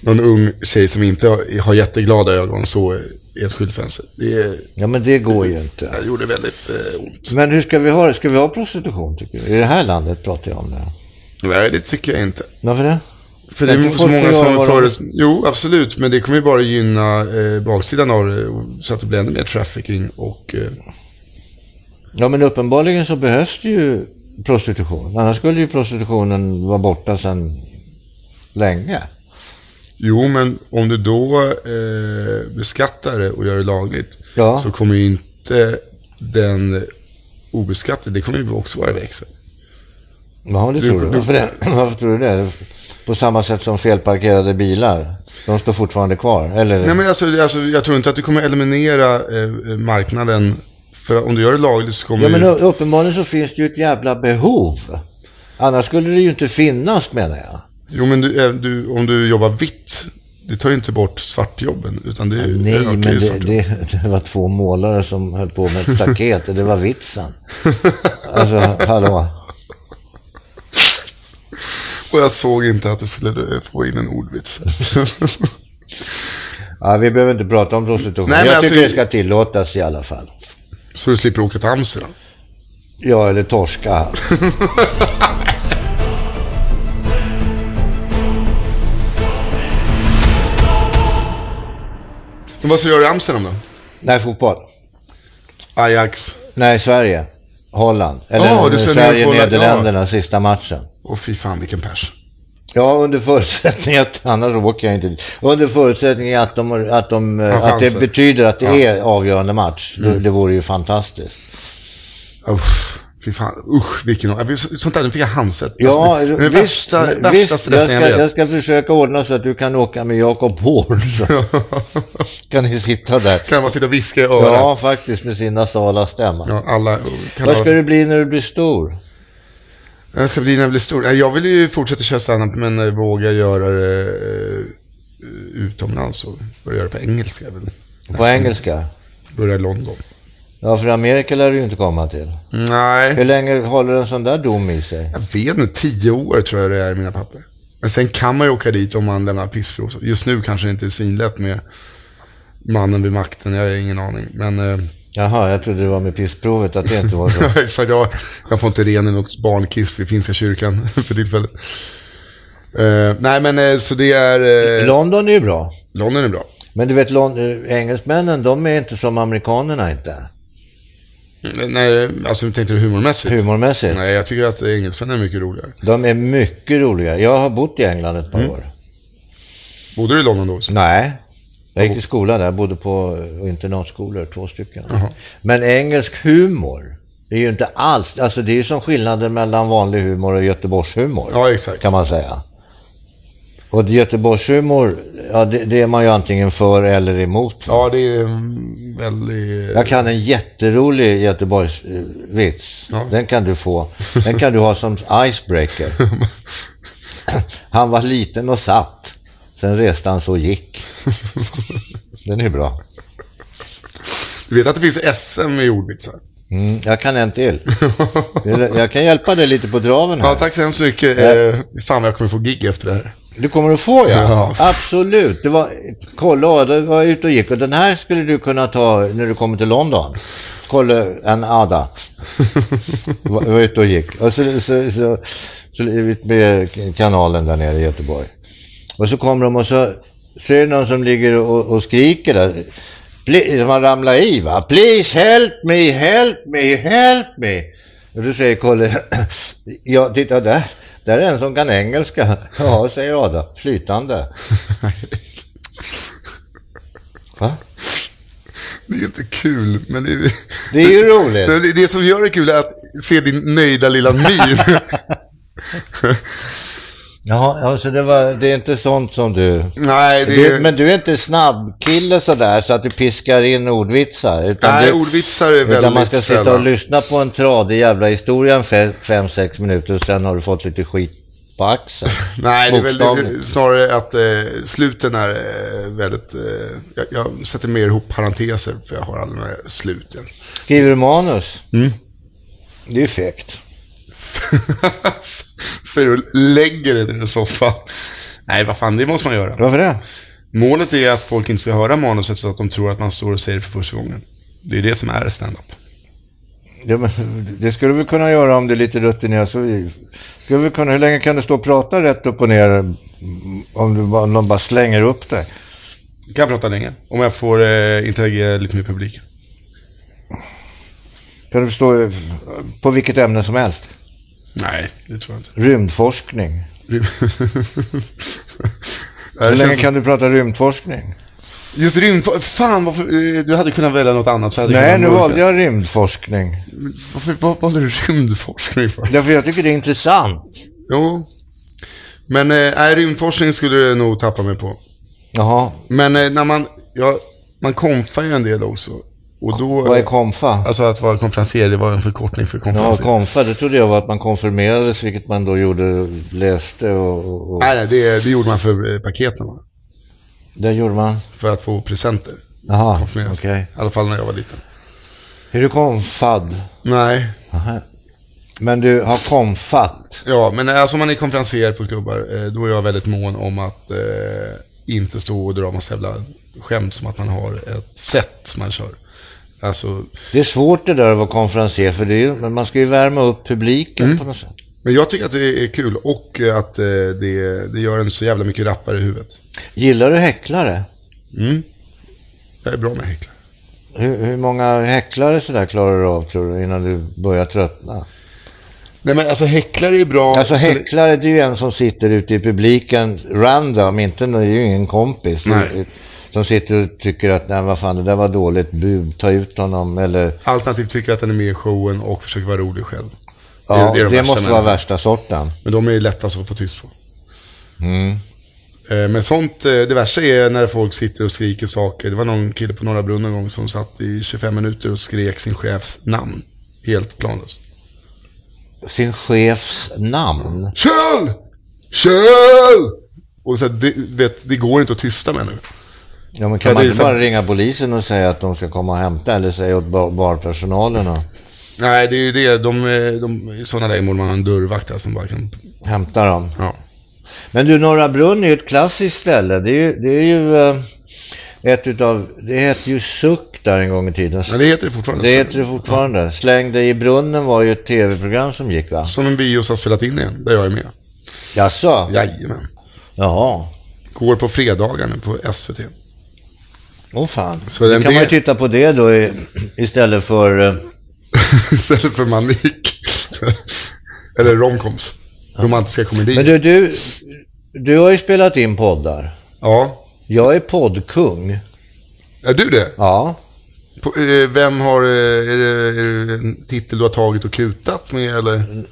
någon ung tjej som inte har, har jätteglada ögon så eh, i ett skyltfönster. Det, eh,
Ja, men det går ju inte.
det gjorde väldigt eh, ont.
Men hur ska vi ha det? Ska vi ha prostitution, tycker du? I det här landet pratar jag om det.
Nej, det tycker jag inte.
Varför det?
För det
Nej,
är
för
så
folk får
många
göra
som
vad de-
före... Jo, absolut. Men det kommer ju bara gynna eh, baksidan av det och- så att det blir ännu mer trafficking och... Eh,
Ja, men uppenbarligen så behövs det ju prostitution. Annars skulle ju prostitutionen vara borta sedan länge.
Jo, men om du då eh, beskattar det och gör det lagligt
Ja.
så kommer ju inte den obeskattade, det kommer ju också vara växa.
Ja, det tror du.
du-
Varför, det? Varför tror du det? På samma sätt som felparkerade bilar. De står fortfarande kvar. Eller?
Nej, men alltså, alltså, jag tror inte att du kommer eliminera eh, marknaden. För om du gör det lagligt så kommer
ja, men
ju...
u- uppenbarligen så finns det ju ett jävla behov. Annars skulle det ju inte finnas, menar jag.
Jo, men du, eh, du, om du jobbar vitt, det tar ju inte bort svartjobben. Utan det
Nej,
ökar
men
ju
det,
svartjobben.
det, det var två målare som höll på med ett staket. det var vitsen. Alltså, hallå.
Och jag såg inte att du skulle eh, få in en ordvits.
Ja, vi behöver inte prata om prostitution.
Nej, men
jag
alltså-
tycker det ska tillåtas i alla fall.
så du slipper åka till Amsterdam.
Ja, eller torska.
De Men vad så gör du i Amsterdam då?
Nej, fotboll.
Ajax.
Nej, Sverige. Holland. Eller
Ja, Ah, du ser nu på-
Sverige-Nederländerna, sista matchen.
Och fy fan vilken pers.
Ja, under förutsättning att, annars åker jag inte dit. Under förutsättning att, de, att, de, eh,
Har
att det
chanser.
betyder att det är avgörande match.
Mm.
Det, det vore ju fantastiskt.
Uff, fy fan. Usch, vilken... jag vill- Sånt där, nu fick jag handset.
Ja,
alltså, det är
visst,
värsta,
men-
värsta
visst jag,
stressen jag,
ska, jag
vet.
ska försöka ordna så att du kan åka med Jakob Horn. kan ni sitta där.
Kan man sitta och viska i örat?
Ja, faktiskt med sina sala stämma.
Ja, alla kan
Vad ska du bli när du blir stor?
Jag ska bli när jag blir stor. Nej, Jag vill ju fortsätta köra standup men eh, våga göra det eh, utomlands och börja göra det på engelska. är väl-
På engelska?
Börja i London.
Ja, för Amerika lär du ju inte komma till.
Nej,
Hur länge håller en sån där dom i sig?
jag vet inte. Tio år tror jag det är i mina papper. Men sen kan man ju åka dit om man lämnar pissprov. Just nu kanske det inte är svinlätt med mannen vid makten. Jag har ingen aning. Men eh,
Jaha, jag trodde det var med pissprovet att det inte var så.
exakt, jag, jag får inte ren i något barnkiss vid finska kyrkan för tillfället. Eh, nej, men eh, så det är... Eh,
London är ju bra.
London är bra.
Men du vet, Lon- eh, engelsmännen, de är inte som amerikanerna inte.
Nej, alltså tänkte du humormässigt?
Humormässigt.
Nej, jag tycker att engelsmännen är mycket roligare.
De är mycket roliga. Jag har bott i England ett par år.
Bodde du i London då också?
Nej. Jag gick i skolan där, bodde på eh, internatskolor, två stycken. Men engelsk humor är ju inte alls, alltså det är ju som skillnaden mellan vanlig humor och göteborgshumor.
Ja, exakt.
Kan man säga. Och göteborgshumor, ja det, det är man ju antingen för eller emot.
Ja, det är mm, väldigt...
Jag kan en jätterolig göteborgsvits.
Ja.
Den kan du få. Den kan du ha som icebreaker. Han var liten och satt. Sen reste han så och gick. Den är bra.
Du vet att det finns SM i ordvitsar?
Mm, jag kan en till. Jag kan hjälpa dig lite på draven
Ja,
här.
tack så hemskt mycket. Eh, fan vad jag kommer få gig efter det här.
Du kommer att få ja.
Ja.
Absolut. Det var, kolla, du var ute och gick. Och den här skulle du kunna ta när du kommer till London. Kolla, en Ada. Var, var ute och gick. Och så, så, så, så ut med kanalen där nere i Göteborg. Och så kommer de och så ser någon som ligger och, och skriker där. Pli- Man ramlar i va. Please help me, help me, help me. Och då säger Kalle, ja titta där, där är en som kan engelska. Ja, säger Ada, flytande. Va?
Det är inte kul, men det är...
Det är ju roligt.
Det, det som gör det kul är att se din nöjda lilla min.
Jaha, ja, så det, var, det är inte sånt som du...
Nej, det
Du,
är...
men du är inte snabbkille sådär så att du piskar in ordvitsar? Utan
Nej,
du,
ordvitsar är
Utan man ska
väldigt
sitta och
sällan.
lyssna på en tradig jävla historia en fe- fem sex minuter och sen har du fått lite skit på axeln.
Nej, det är väl det, är
Bokstavligt.
snarare att eh, sluten är eh, väldigt... Eh, jag, jag sätter mer ihop parenteser, för jag har aldrig några slut än.
Skriver du manus?
Mm.
Det är ju fegt.
För du lägger dig ner i soffan. Nej, vad fan, det måste man göra.
Varför det?
Målet är att folk inte ska höra manuset så att de tror att man står och säger det för första gången. Det är det som är stand-up.
Ja, men, det skulle du väl kunna göra om du är lite rutinerad. Så, skulle vi kunna, hur länge kan du stå och prata rätt upp och ner mm, om du, bara- om någon bara slänger upp dig?
Jag kan prata länge, om jag får eh, interagera lite med publiken.
Kan du stå eh, på vilket ämne som helst?
Nej, det tror jag inte.
Rymdforskning.
Det här
Hur länge
känns som-
kan du prata rymdforskning?
Just rymd... Fan, varför... eh, Du hade kunnat välja något annat. Så hade jag
Nej,
kunnat
nu
mörka.
valde jag rymdforskning.
Varför vad valde du rymdforskning för?
Därför jag tycker det är intressant.
Jo. Men eh, nej, rymdforskning skulle du nog tappa mig på.
Jaha,
Men eh, när man... Ja, man konfar ju en del också. Och då...
vad är konfa?
Alltså att vara konferensier, det var en förkortning för
Ja,
konferensier.
konfa, det trodde jag var att man konfirmerades, vilket man då gjorde, läste och... och, och.
nej, nej, det, det gjorde man för eh, paketen. Va?
Det gjorde man.
För att få presenter.
Jaha, Ah, okej.
Konfirmeras. I alla fall när jag var liten.
Är du konfad?
Nej,
Aha. Men du har konfat.
ja, men alltså om man är konferensier på klubbar, eh, då är jag väldigt mån om att eh, inte stå och dra massa jävla skämt som att man har ett sätt man kör. Alltså,
Det är svårt det där att vara konferencier, för det är ju, men man ska ju värma upp publiken på något sätt.
men jag tycker att det är kul och eh, att eh, det, det gör en så jävla mycket rappare i huvudet.
Gillar du häcklare?
Mm. Jag är bra med häcklar.
Hur, hur många häcklare sådär klarar du av tror du innan du börjar tröttna?
Nej men alltså häcklare är bra.
Alltså
så-
häcklare, det är ju en som sitter ute i publiken random, inte, det är ju ingen kompis.
Nej.
Som sitter och tycker att, nej vad fan, det där var dåligt bud, ta ut honom eller...
Alternativt tycker att den är med i showen och försöker vara rolig själv.
Ja, det,
de värsta
måste vara
människorna.
värsta sorten.
Men de är ju lättast att få tyst på.
Mm.
Eh, Men sånt, eh, det värsta är när folk sitter och skriker saker. Det var någon kille på Norra Brunn en gång som satt i 25 minuter och skrek sin chefs namn. Helt planlöst.
Sin chefs namn.
Kjell! Kjell! Och så här, det, vet, det går inte att tysta människor.
Ja, men
Ja,
kan
det
man
är
inte
så-
bara ringa polisen och säga att de ska komma och hämta eller säga åt bar- barpersonalen att
Nej, det är ju det. De, eh, de, I sådana lägen borde man ha en dörrvakt där som bara kan...
hämta dem?
Ja.
Men du, Norra Brunn är ju ett klassiskt ställe. Det är ju, det är ju eh, ett utav, det hette ju Suck där en gång i tiden.
Men det heter det fortfarande.
Det heter det fortfarande. Släng dig i brunnen var ju ett tv-program som gick va?
Som en bios har spelat in igen, där jag är med.
Jaså?
Jajamän.
Jaha.
Går på fredagar nu på SVT.
Åh fan.
Så
Då
den-
kan man ju
det-
titta på det då i, istället för... eh,
Istället för manik. Eller romcoms. Romantiska komedier.
Men du, du, du har ju spelat in poddar.
Ja.
Jag är poddkung.
Är du det?
Ja.
På, eh, vem har... eh, Är det, är det en titel du har tagit och kutat med eller?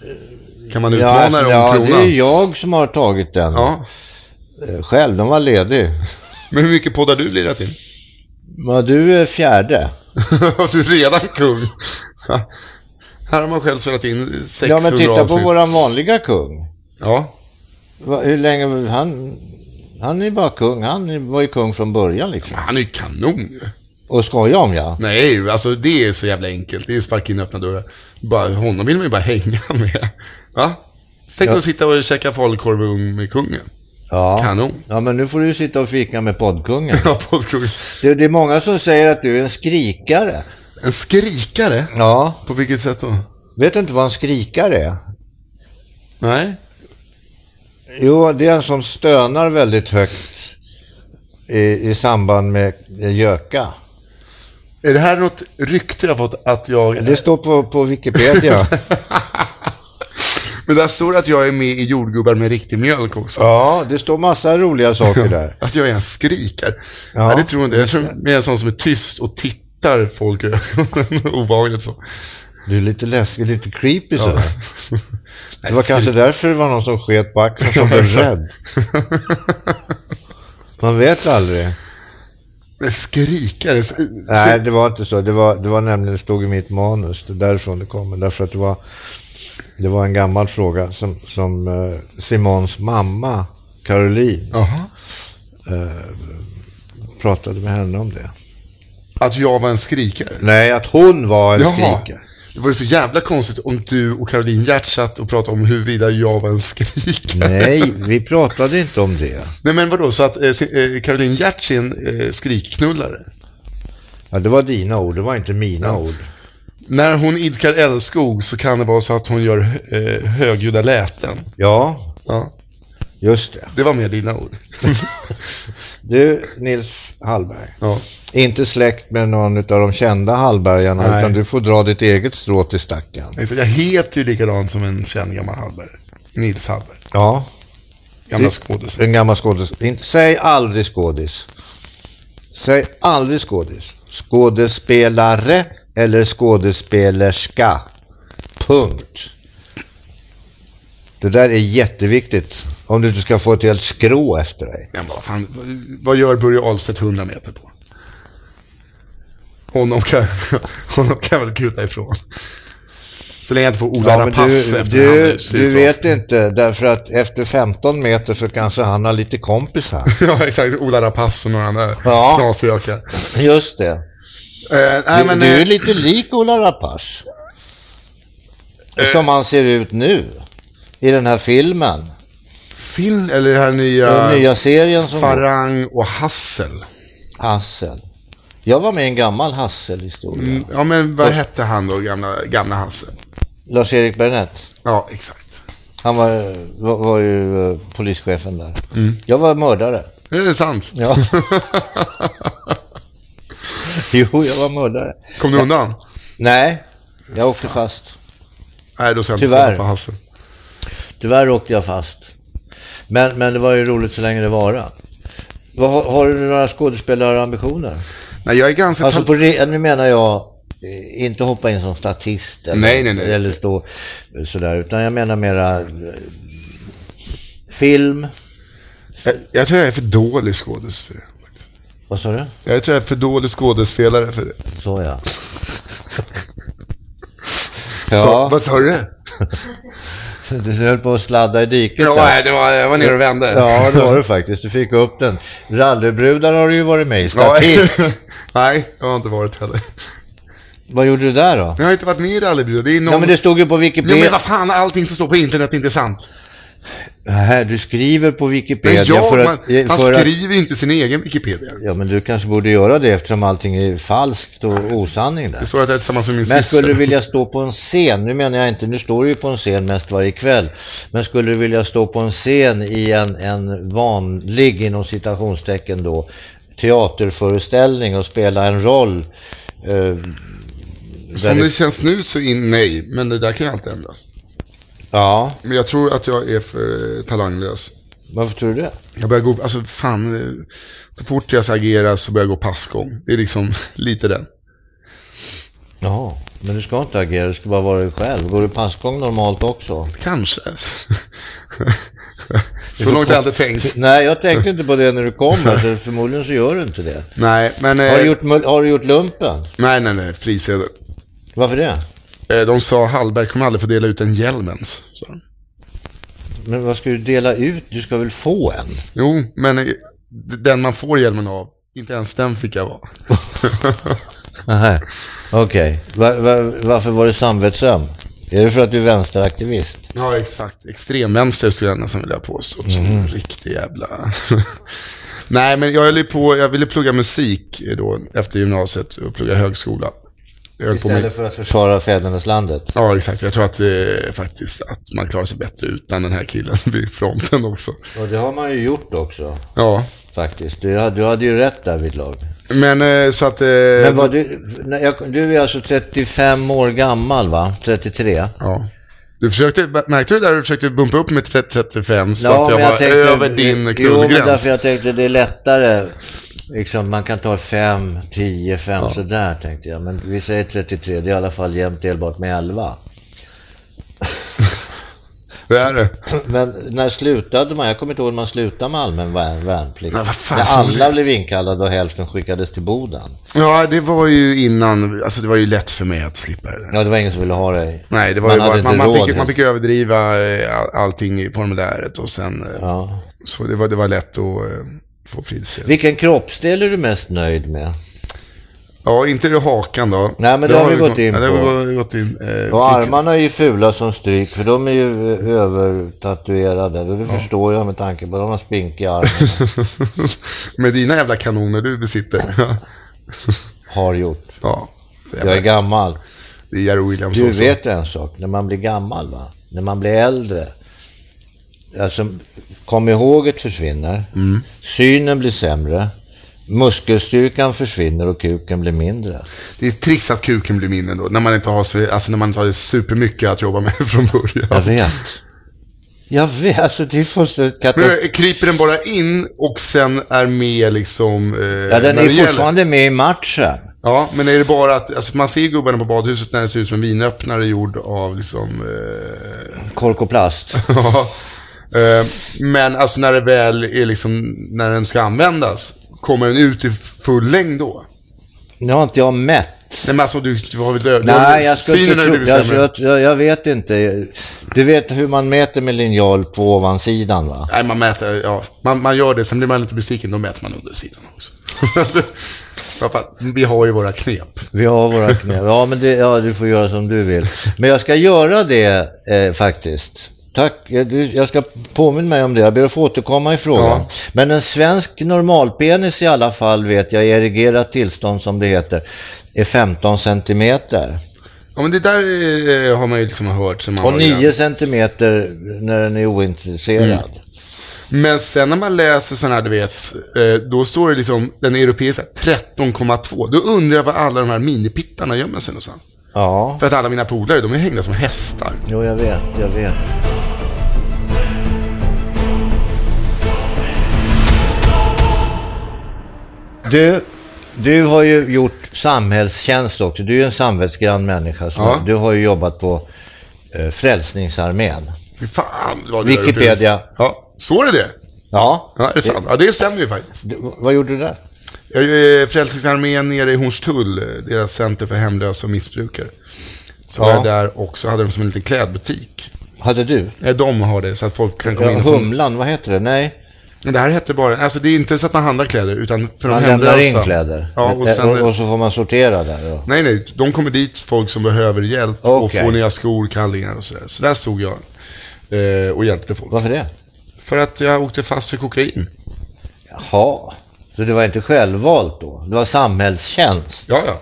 Kan man
Ja,
utmana dig om
ja, det är
kronan?
jag som har tagit den
Ja.
eh, själv. Den var ledig.
Men hur mycket poddar du lirat in?
Men du är fjärde.
du är redan kung. Här har man själv spelat in 600
Ja, men titta på
avsnitt.
våran vanliga kung.
Ja.
Va- Hur länge... Han, han är bara kung. Han var ju kung från början liksom.
Han är ju kanon ju.
Och skoja om ja.
Nej, alltså det är så jävla enkelt. Det är sparka in öppna dörrar. Bara, honom vill man ju bara hänga med. Va? Tänk att sitta och käka falukorv och ugn med kungen.
Ja.
Kanon.
Ja, men nu får du ju sitta och fika med poddkungen.
Ja, poddkungen.
Det, det är många som säger att du är en skrikare.
En skrikare?
Ja.
På vilket sätt då?
Vet du inte vad en skrikare är?
Nej?
Jo, det är en som stönar väldigt högt i, i samband med göka.
Är det här något rykte jag fått att jag...
Det står på, på Wikipedia.
Men där står det att jag är med i jordgubbar med riktig mjölk också.
ja, det står massa roliga saker där.
Att jag är en skrikare.
Ja.
Nej, det tror jag inte. Jag tror jag är en sån som är tyst och tittar folk i ögonen. Obehagligt så.
Du är lite läskig, lite creepy sådär. Det
Nej,
var kanske därför det var någon som sket på axeln som blev
exakt.
rädd. Man vet aldrig.
Men Skrikare? Så-
Nej, det var inte så. Det var, det var nämligen, det stod i mitt manus, det är därifrån det kommer. Därför att det var, det var en gammal fråga som, som eh, Simons mamma, Caroline,
Jaha.
pratade med henne om det.
Att jag var en skrikare?
Nej, att hon var en skrikare.
Det var ju så jävla konstigt om du och Caroline Hjärt satt och pratade om huruvida jag var en
Mm.
skrikare.
Nej, vi pratade inte om det.
Nej men vadå, så att eh, si- eh, Caroline Hjärt är en eh, skrikknullare?
Ja, det var dina ord, det var inte mina ord.
När hon idkar älskog så kan det vara så att hon gör eh, högljudda läten.
Ja,
Ja,
just det.
det var med dina ord.
Du, Nils Hallberg.
Ja.
Inte släkt med någon av de kända Hallbergarna,
Nej.
utan du får dra ditt eget strå till stacken.
Exakt, Jag heter ju likadant som en känd gammal Hallberg. Nils Hallberg.
Ja,
Gamla skådis.
En gammal skådis. Inte- Säg aldrig skådis. Säg aldrig skådis. Skådespelare eller skådespelerska. Punkt. Det där är jätteviktigt. Om du inte ska få ett helt skrå efter dig.
Men vad fan, vad gör Börje Ahlstedt 100 meter på? Honom kan, honom kan jag väl kuta ifrån. Så länge jag inte får Ola
Ja, men
Rapace
du,
efter han
du,
är
du
slut
vet inte, därför att efter 15 meter så kanske han har lite kompisar.
av- Ja, exakt. Ola Rapace och några andra
Ja.
knasökar.
Just det.
Eh, nej,
Du,
men,
du är
eh,
lite lik Ola Rapace. Som han ser ut nu. I den här filmen.
Phil, eller det här nya,
Den nya serien som går.
Farang och Hassel.
Hassel. Jag var med i en gammal Hassel-historia.
Ja, men vad hette han då, gamla, gamla Hassel?
Lars-Erik Bernett.
Ja, exakt.
Han var, var, var ju eh,
Mm.
polischefen där. Jag var mördare.
Det är sant.
Ja. Jo, jag var mördare.
Kom du undan?
Nej, jag åkte fast.
Nej, då ska jag inte
Tyvärr.
kolla på Hasse.
Tyvärr åkte jag fast. Men, men det var ju roligt så länge det vara. Vad, har- har du några skådespelarambitioner?
Nej, jag är ganska...
Alltså
tal-
på, re- nu menar jag eh, inte hoppa in som statist eller,
Nej, nej, nej.
eller stå eh, sådär, utan jag menar mera eh, film.
jag, jag tror jag är för dålig skådis för det. faktiskt.
Vad sa du?
Jag tror jag är för dålig skådespelare för det.
Så ja.
Så,
Ja,
vad sa du?
du höll på att sladda i diket
Ja,
där.
nej, det var, jag var nere och vände.
Ja, det var du faktiskt. Du fick upp den. Rallerbrudar har du ju varit med i.
Ja,
Statist.
nej, jag har inte varit heller.
Vad gjorde du där då?
Jag har inte varit med i rallybyrå. Det är någon...
Ja, men det stod ju på
Ja, men
Wikipedia.
vad fan, allting som står på internet är inte sant.
Här, du skriver på
Men
Wikipedia
jag,
för
man,
att...
man
för att
skriver ju inte sin egen Wikipedia.
ja, men du kanske borde göra det eftersom allting är falskt och osanning där.
Det står att jag är tillsammans med min
Men
syster.
skulle du vilja stå på en scen, nu menar jag inte, nu står du ju på en scen mest varje kväll, men skulle du vilja stå på en scen i en, en vanlig, inom citationstecken då, teaterföreställning och spela en roll? Eh,
Som
där
det
det-
känns nu så in, nej, men det där kan ju alltid ändras.
Ja,
Men jag tror att jag är för eh, talanglös.
varför tror du det?
Jag börjar gå, alltså fan, eh, så fort jag så agerar så börjar jag gå passgång. Det är liksom lite den.
Jaha, men du ska inte agera, du ska bara vara dig själv. Går du passgång normalt också?
Kanske. så långt har jag inte tänkt.
Nej, jag tänkte inte på det när du kommer, så förmodligen så gör du inte det.
Nej, men... eh,
Har du gjort, mul- har du gjort lumpen?
Nej, nej, nej, frisedel.
Varför det?
Eh, De sa Hallberg kommer aldrig få dela ut en hjälm ens. sa de.
Men vad ska du dela ut? Du ska väl få en?
Jo, men eh, d- den man får hjälmen av, inte ens den fick jag vara.
Aha. Okej. Va- va- varför var du samvetsöm? Är det för att du är vänsteraktivist?
Ja, exakt. Extremvänster skulle jag nästan vilja påstå. Som
Mhm.
en riktig jävla... Nej, men jag höll ju på, jag ville plugga musik då efter gymnasiet och plugga högskola. Jag höll på med,
Istället för att försvara fäderneslandet?
ja, exakt. Jag tror att eh, faktiskt att man klarar sig bättre utan den här killen vid fronten också.
Och det har man ju gjort också,
Ja,
faktiskt. Du, hade- du hade ju rätt där vid lag.
men eh, så att... Eh,
Men var du, när jag, du är alltså 35 år gammal, va? 33?
Ja. Du försökte, märkte du där du försökte bumpa upp med 30 35 så att jag
men
var över din
Jo, men
klubbgräns?
därför jag tänkte det är lättare. Liksom, man kan ta 5, 10, 5 sådär tänkte jag. Men vi säger 33, det är i alla fall jämnt delbart med 11.
Det är det.
Men när slutade man? Jag kommer inte ihåg när man slutade med allmän vär- värnplikt.
Men vad fan
när
som
alla blev inkallade och hälften skickades till Boden.
Ja, det var ju innan, alltså det var ju lätt för mig att slippa det där.
Ja, det var ingen som ville ha dig.
Nej, det var
man
ju bara,
hade
man,
inte
man,
råd.
fick, man fick överdriva eh, all- allting i formuläret och sen, eh,
Ja.
så det var, det var lätt att eh, få frisedel.
Vilken kroppsdel är du mest nöjd med?
Ja, inte det hakan då.
men det har vi gått in
ja, det
på.
har vi gått in eh,
Och
fick-
armarna är ju fula som stryk, för de är ju eh, övertatuerade. Det förstår jag med tanke på att de har spinkiga armar.
Med dina jävla kanoner du besitter.
har gjort.
ja, så jävla,
Jag är gammal.
det är Jerry Williams
Du
också.
vet ju en sak, när man blir gammal, va? när man blir äldre. Alltså, kom ihåget försvinner,
Mm.
synen blir sämre, muskelstyrkan försvinner och kuken blir mindre.
Det är trist att kuken blir mindre då, när man inte har, så, alltså när man inte har supermycket att jobba med från
Jag
början.
vet. Jag vet, alltså det är fullständigt
Men
katastrof.
eh, kryper den bara in och sen är med liksom... Eh,
Ja, den
när
är
det gäller?
fortfarande med i matchen.
Ja, men är det bara att, alltså man ser gubbarna på badhuset när det ser ut som en vinöppnare gjord av liksom... Eh,
Korkoplast.
ja. eh, men alltså när det väl är liksom, när den ska användas, kommer den ut i full längd då?
Nu har inte jag mätt.
Nej men alltså du, du har väl dö- du har väl-
Nej, jag skulle
synen
inte
har
tro...
blivit
Jag,
sämre.
jag, jag, jag vet inte. Du vet hur man mäter med linjal på ovansidan, va?
Nej, man mäter, ja. Man, man gör det, sen blir man lite besviken, då mäter man undersidan också. Vad fan, Vi har ju våra knep.
Vi har våra knä. Ja, men det, ja, du får göra som du vill. Men jag ska göra det eh, faktiskt. Tack. Jag, du, jag ska påminna mig om det. Jag ber att få återkomma i frågan.
Ja.
Men en svensk normalpenis i alla fall vet jag i erigerat tillstånd som det heter är 15 centimeter.
Ja, men det där eh, har man ju liksom hört. Sen man
Och
var
9
igen.
Mm. centimeter när den är ointresserad.
Men sen när man läser sådana här, du vet, eh, då står det liksom den europeiska 13,2. Då undrar jag var alla de här minipittarna gömmer sig någonstans.
Ja.
För att alla mina polare, de är hängda som hästar.
Jo, jag vet, jag vet. Du, du har ju gjort samhällstjänst också. Du är ju en samvetsgrann människa. Så
Ja.
Du har ju jobbat på eh, Frälsningsarmén.
Hur fan vad du gör
Wikipedia.
upplevelser. Ja, står det det?
Ja.
Ja, det är sant. Ja, det stämmer ju faktiskt.
Du, vad gjorde du där?
Jag är ju eh, Frälsningsarmén nere i Hornstull, eh, deras center för hemlösa och missbrukare. Så var
Ja.
jag där och så hade de som en liten klädbutik.
Hade du?
Nej, De har det, så att folk kan komma
Ja,
in och... få-
humlan, vad heter det? Nej?
Men det här hette bara... Alltså det är inte så att man handlar kläder, utan för
Man
de
lämnar
hemlösa.
in kläder. Eh,
Ja, och sen...
och, så får man sortera där. Och...
Nej, nej. De kommer dit, folk som behöver hjälp och
Okej.
får nya skor, kallingar och sådär. Så där stod jag eh, och hjälpte folk.
Varför det?
För att jag åkte fast för kokain.
Jaha. Så det var inte självvalt då? Det var samhällstjänst?
Ja, ja.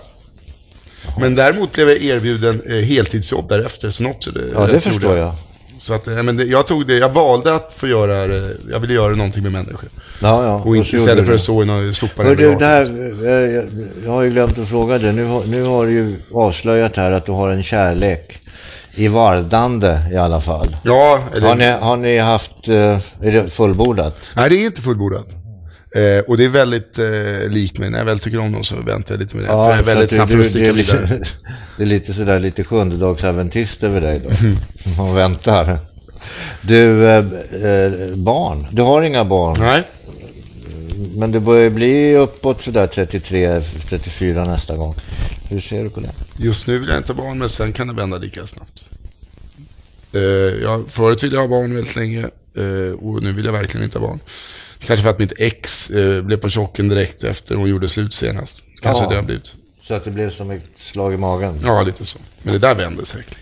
Men däremot blev jag erbjuden eh, heltidsjobb därefter, så något... eh,
Ja, det förstår jag.
Så att, eh, men det, jag tog det, jag valde att få göra det, jag ville göra någonting med människor.
Ja, ja.
Och inte
så gjorde
istället för
du
att så i någon sopa
Hör
ner
du,
med
det
gatan.
här, jag, jag, jag har ju glömt att fråga dig. Nu, har- nu har du ju avslöjat här att du har en kärlek i vardande i alla fall.
Ja, eller,
Har ni, har ni haft, eh, är det fullbordat?
nej det är inte fullbordat. Eh, och det är väldigt eh, likt mig, när jag väl tycker om dem så väntar jag lite med det. för jag är
så
väldigt
att du-
snabb för att
du- det,
sticka
är lite-
vidare.
det är lite sådär, lite sjundedagsadventist över dig då.
Mm.
Man väntar. Du, eh, eh, barn. Du har inga barn,
Nej,
men du börjar bli uppåt sådär 33, 34 nästa gång. Hur ser du på det?
just nu vill jag inte ha barn, men sen kan det vända lika snabbt. Eh, jag, förut ville jag ha barn väldigt länge eh, och nu vill jag verkligen inte ha barn. Kanske för att mitt ex eh, blev på chocken direkt efter hon gjorde slut senast. Kanske
Ja.
det har blivit.
Så att det blev som ett slag i magen.
Ja, lite så. Men det där vänder säkert.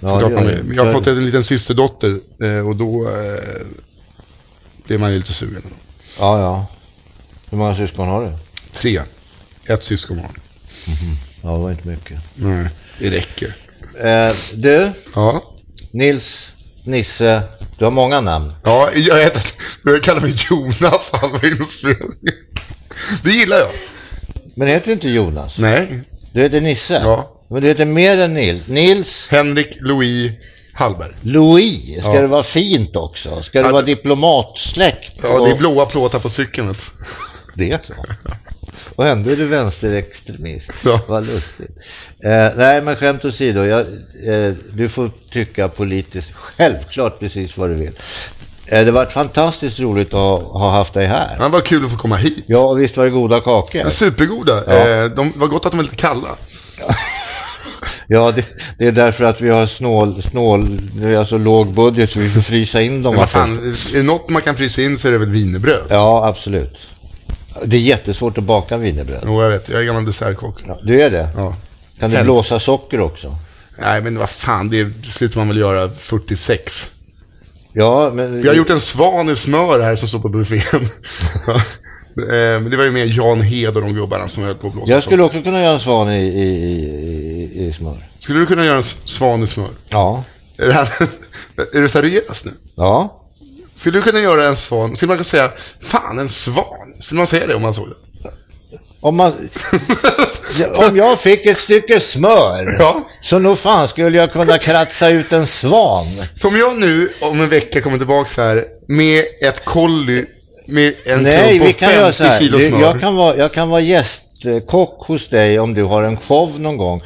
Ja,
Klart
det
man
gör
är.
det.
Men Jag har
Så-
fått en liten systerdotter eh, och då eh, blir man ju lite sugen.
Ja, ja. Hur många syskon har du?
Tre. Ett syskonbarn.
Ja, det var inte mycket.
Nej, det räcker.
Eh, du,
Ja.
Nils, Nisse, du har många namn.
Ja, jag heter... Jag kallar mig Jonas halva inspelningen. Det gillar jag.
Men heter du inte Jonas?
Nej.
Du heter Nisse?
Ja.
Men du heter mer än Nils. Nils
Henrik Louis Hallberg.
Louis. Ska
Ja.
det vara fint också? Ska det
Ja,
vara
det-
diplomatsläkt?
Ja, det är
Och-
blåa plåtar på cykeln. vet du.
Det är så. Och ändå är du vänsterextremist.
Ja.
Vad lustigt. Eh, nej, men skämt åsido. Jag, eh, du får tycka politiskt, självklart, precis vad du vill. Eh, det var fantastiskt roligt att ha, ha haft dig här.
Men vad kul att få komma hit.
Ja, och visst var det goda kakor?
Supergoda.
Ja.
Eh, de var gott att de var lite kalla.
Ja, det, det är därför att vi har snål, snål, det är alltså låg budget, så vi får frysa in dem.
Men vad fan, är det något man kan frysa in så är det väl wienerbröd.
Ja, absolut. Det är jättesvårt att baka wienerbröd.
Jo, jag vet. Jag är gammal dessertkock.
Ja, du är det?
Ja.
Kan du
Helv-
blåsa socker också?
Nej, men vad fan, det, är, det slutar man väl göra 46.
Ja, men...
Jag har gjort en svan i smör här som står på buffén. Eh, Men det var ju mer Jan Hed och de gubbarna som höll på att blåsa
Jag skulle
socker.
också kunna göra en svan i, i, i, i smör.
skulle du kunna göra en s- svan i smör?
Ja.
Är, det här, är du seriös nu?
Ja.
Skulle du kunna göra en svan? Skulle man kunna säga, fan en svan? Skulle man säga det om man såg det?
Om, man, om jag fick ett stycke smör,
Ja.
så nog fan skulle jag kunna kratsa ut en svan.
Som jag nu om en vecka kommer tillbaka här med ett kolli med en
Nej, vi
klump på
kan göra så
50
här.
kilo
Du,
smör.
Jag kan, vara, jag kan vara gästkock hos dig om du har en show någon gång.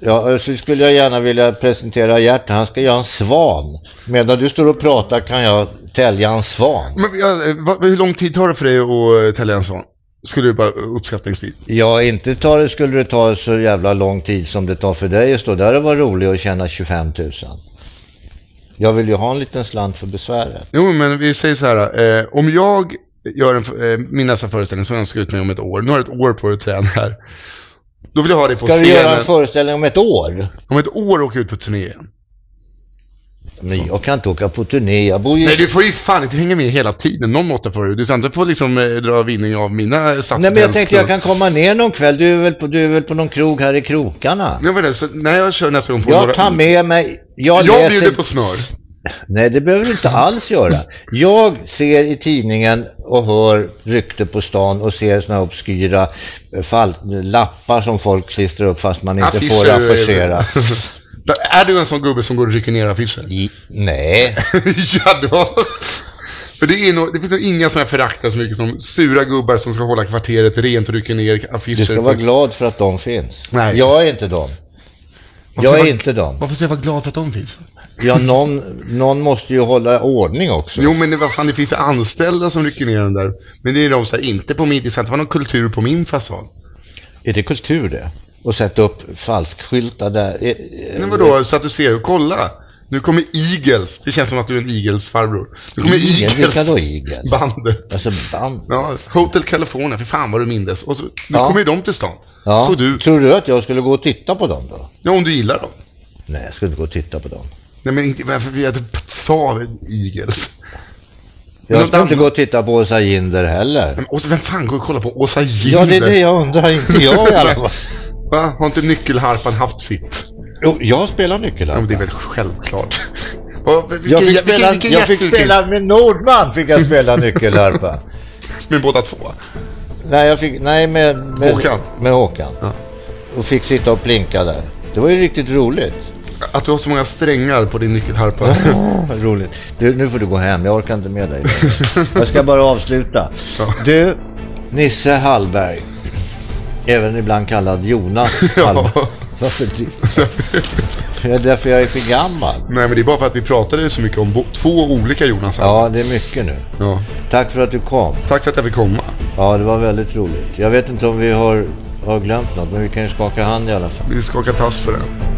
Ja, så skulle jag gärna vilja presentera Gert, han ska göra en svan. Medan du står och pratar kan jag tälja en svan.
Men, ja, vad, hur lång tid tar det för dig att eh, tälja en svan? Skulle du bara uppskattningsvis?
Ja, inte tar det, skulle det ta så jävla lång tid som det tar för dig att stå där och vara rolig och tjäna 25 000. Jag vill ju ha en liten slant för besväret.
Jo, men vi säger så här. Eh, om jag gör en, eh, min nästa föreställning som jag ska ut med om ett år. Nu har jag ett år på dig att träna här. Då vill jag ha dig på
Ska du göra
scenen.
en föreställning om ett år?
Om ett år åker jag ut på turné igen.
Men jag kan inte åka på turné, jag bor ju...
Nej, du får ju fan inte hänga med hela tiden. Någon måtta får du. Du ska inte få liksom eh, dra vinning av mina eh,
Nej, men jag tänkte jag
stadsdansklubb.
kan komma ner någon kväll. Du är väl på, du är väl på någon krog här i krokarna?
Nej, men det, så när jag kör nästa gång på
Jag
några...
tar med mig... Jag,
jag
läser,
bjuder på smör.
Nej, det behöver du inte alls göra. Jag ser i tidningen och hör rykte på stan och ser såna här obskyra eh, fall, lappar som folk klistrar upp fast man inte får
Affischer är det.
affischera.
Är du en sån gubbe som går och rycker ner affischer?
I- Nej,
ja, det var... För det, är nog, det finns nog inga som jag föraktar så mycket som sura gubbar som ska hålla kvarteret rent och rycker ner affischer.
du ska vara glad för att de finns.
Nej.
Jag är inte dem.
Varför
Jag är
vara-
inte dem.
Varför ska jag vara glad för att de finns?
Ja, någon, någon måste ju hålla ordning också.
Jo, men det, vad fan, det finns ju anställda som rycker ner den där. Men det är de så här, inte på min, det ska inte vara någon kultur på min fasad.
Är det kultur det? Att sätta upp falskskyltar där? Eh, eh,
Nej, vadå, så att du ser, kolla. Nu kommer Eagles. Det känns som att du är en Eagles-farbror. Nu kommer
Eagles?
Eagles.
Vilka då Eagles?
Bandet.
Alltså band.
Ja, Hotel California, för fan vad du mindes. Och så, nu
Ja.
kommer ju de till stan.
Ja.
Så du,
Tror du att jag skulle gå och titta på dem då?
ja, om du gillar dem.
Nej, jag skulle inte gå och titta på dem.
Nej, men inte, varför vi hade sa Eagles?
Jag
något
skulle inte
annat?
gå och titta på Åsa Ginder heller.
Men, och så, vem fan går och kollar på Åsa Ginder?
Ja, det är det jag undrar. Inte jag i alla fall.
Va? Har inte nyckelharpan haft sitt?
Jo, jag spelar
Ja, men
nyckelharpa.
det är väl självklart. Vad- vilken-
Jag fick
vilken-
spela,
vilken
jag fick
jättefin film.
spela med Nordman fick jag spela nyckelharpa.
Med båda två.
nej, jag fick, nej med, med
Håkan.
Med Håkan. Och fick sitta och plinka där. Det var ju riktigt roligt.
Att du har så många strängar på din nyckelharpa.
Vad Roligt. Du, nu får du gå hem, jag orkar inte med dig. längre. Jag ska bara avsluta.
Ja.
Du, Nisse Hallberg, även ibland kallad Jonas
Ja.
Hallberg. Varför du? Det är därför jag är för gammal.
Nej, men det är bara för att vi pratade så mycket om bo- två olika Jonas. Ja.
Ja, det är mycket nu.
Ja.
Tack för att du kom.
Tack för att jag fick komma.
Ja, det var väldigt roligt. Jag vet inte om vi har, har glömt något, men vi kan ju skaka hand i alla fall.
Vi skakar tass för det.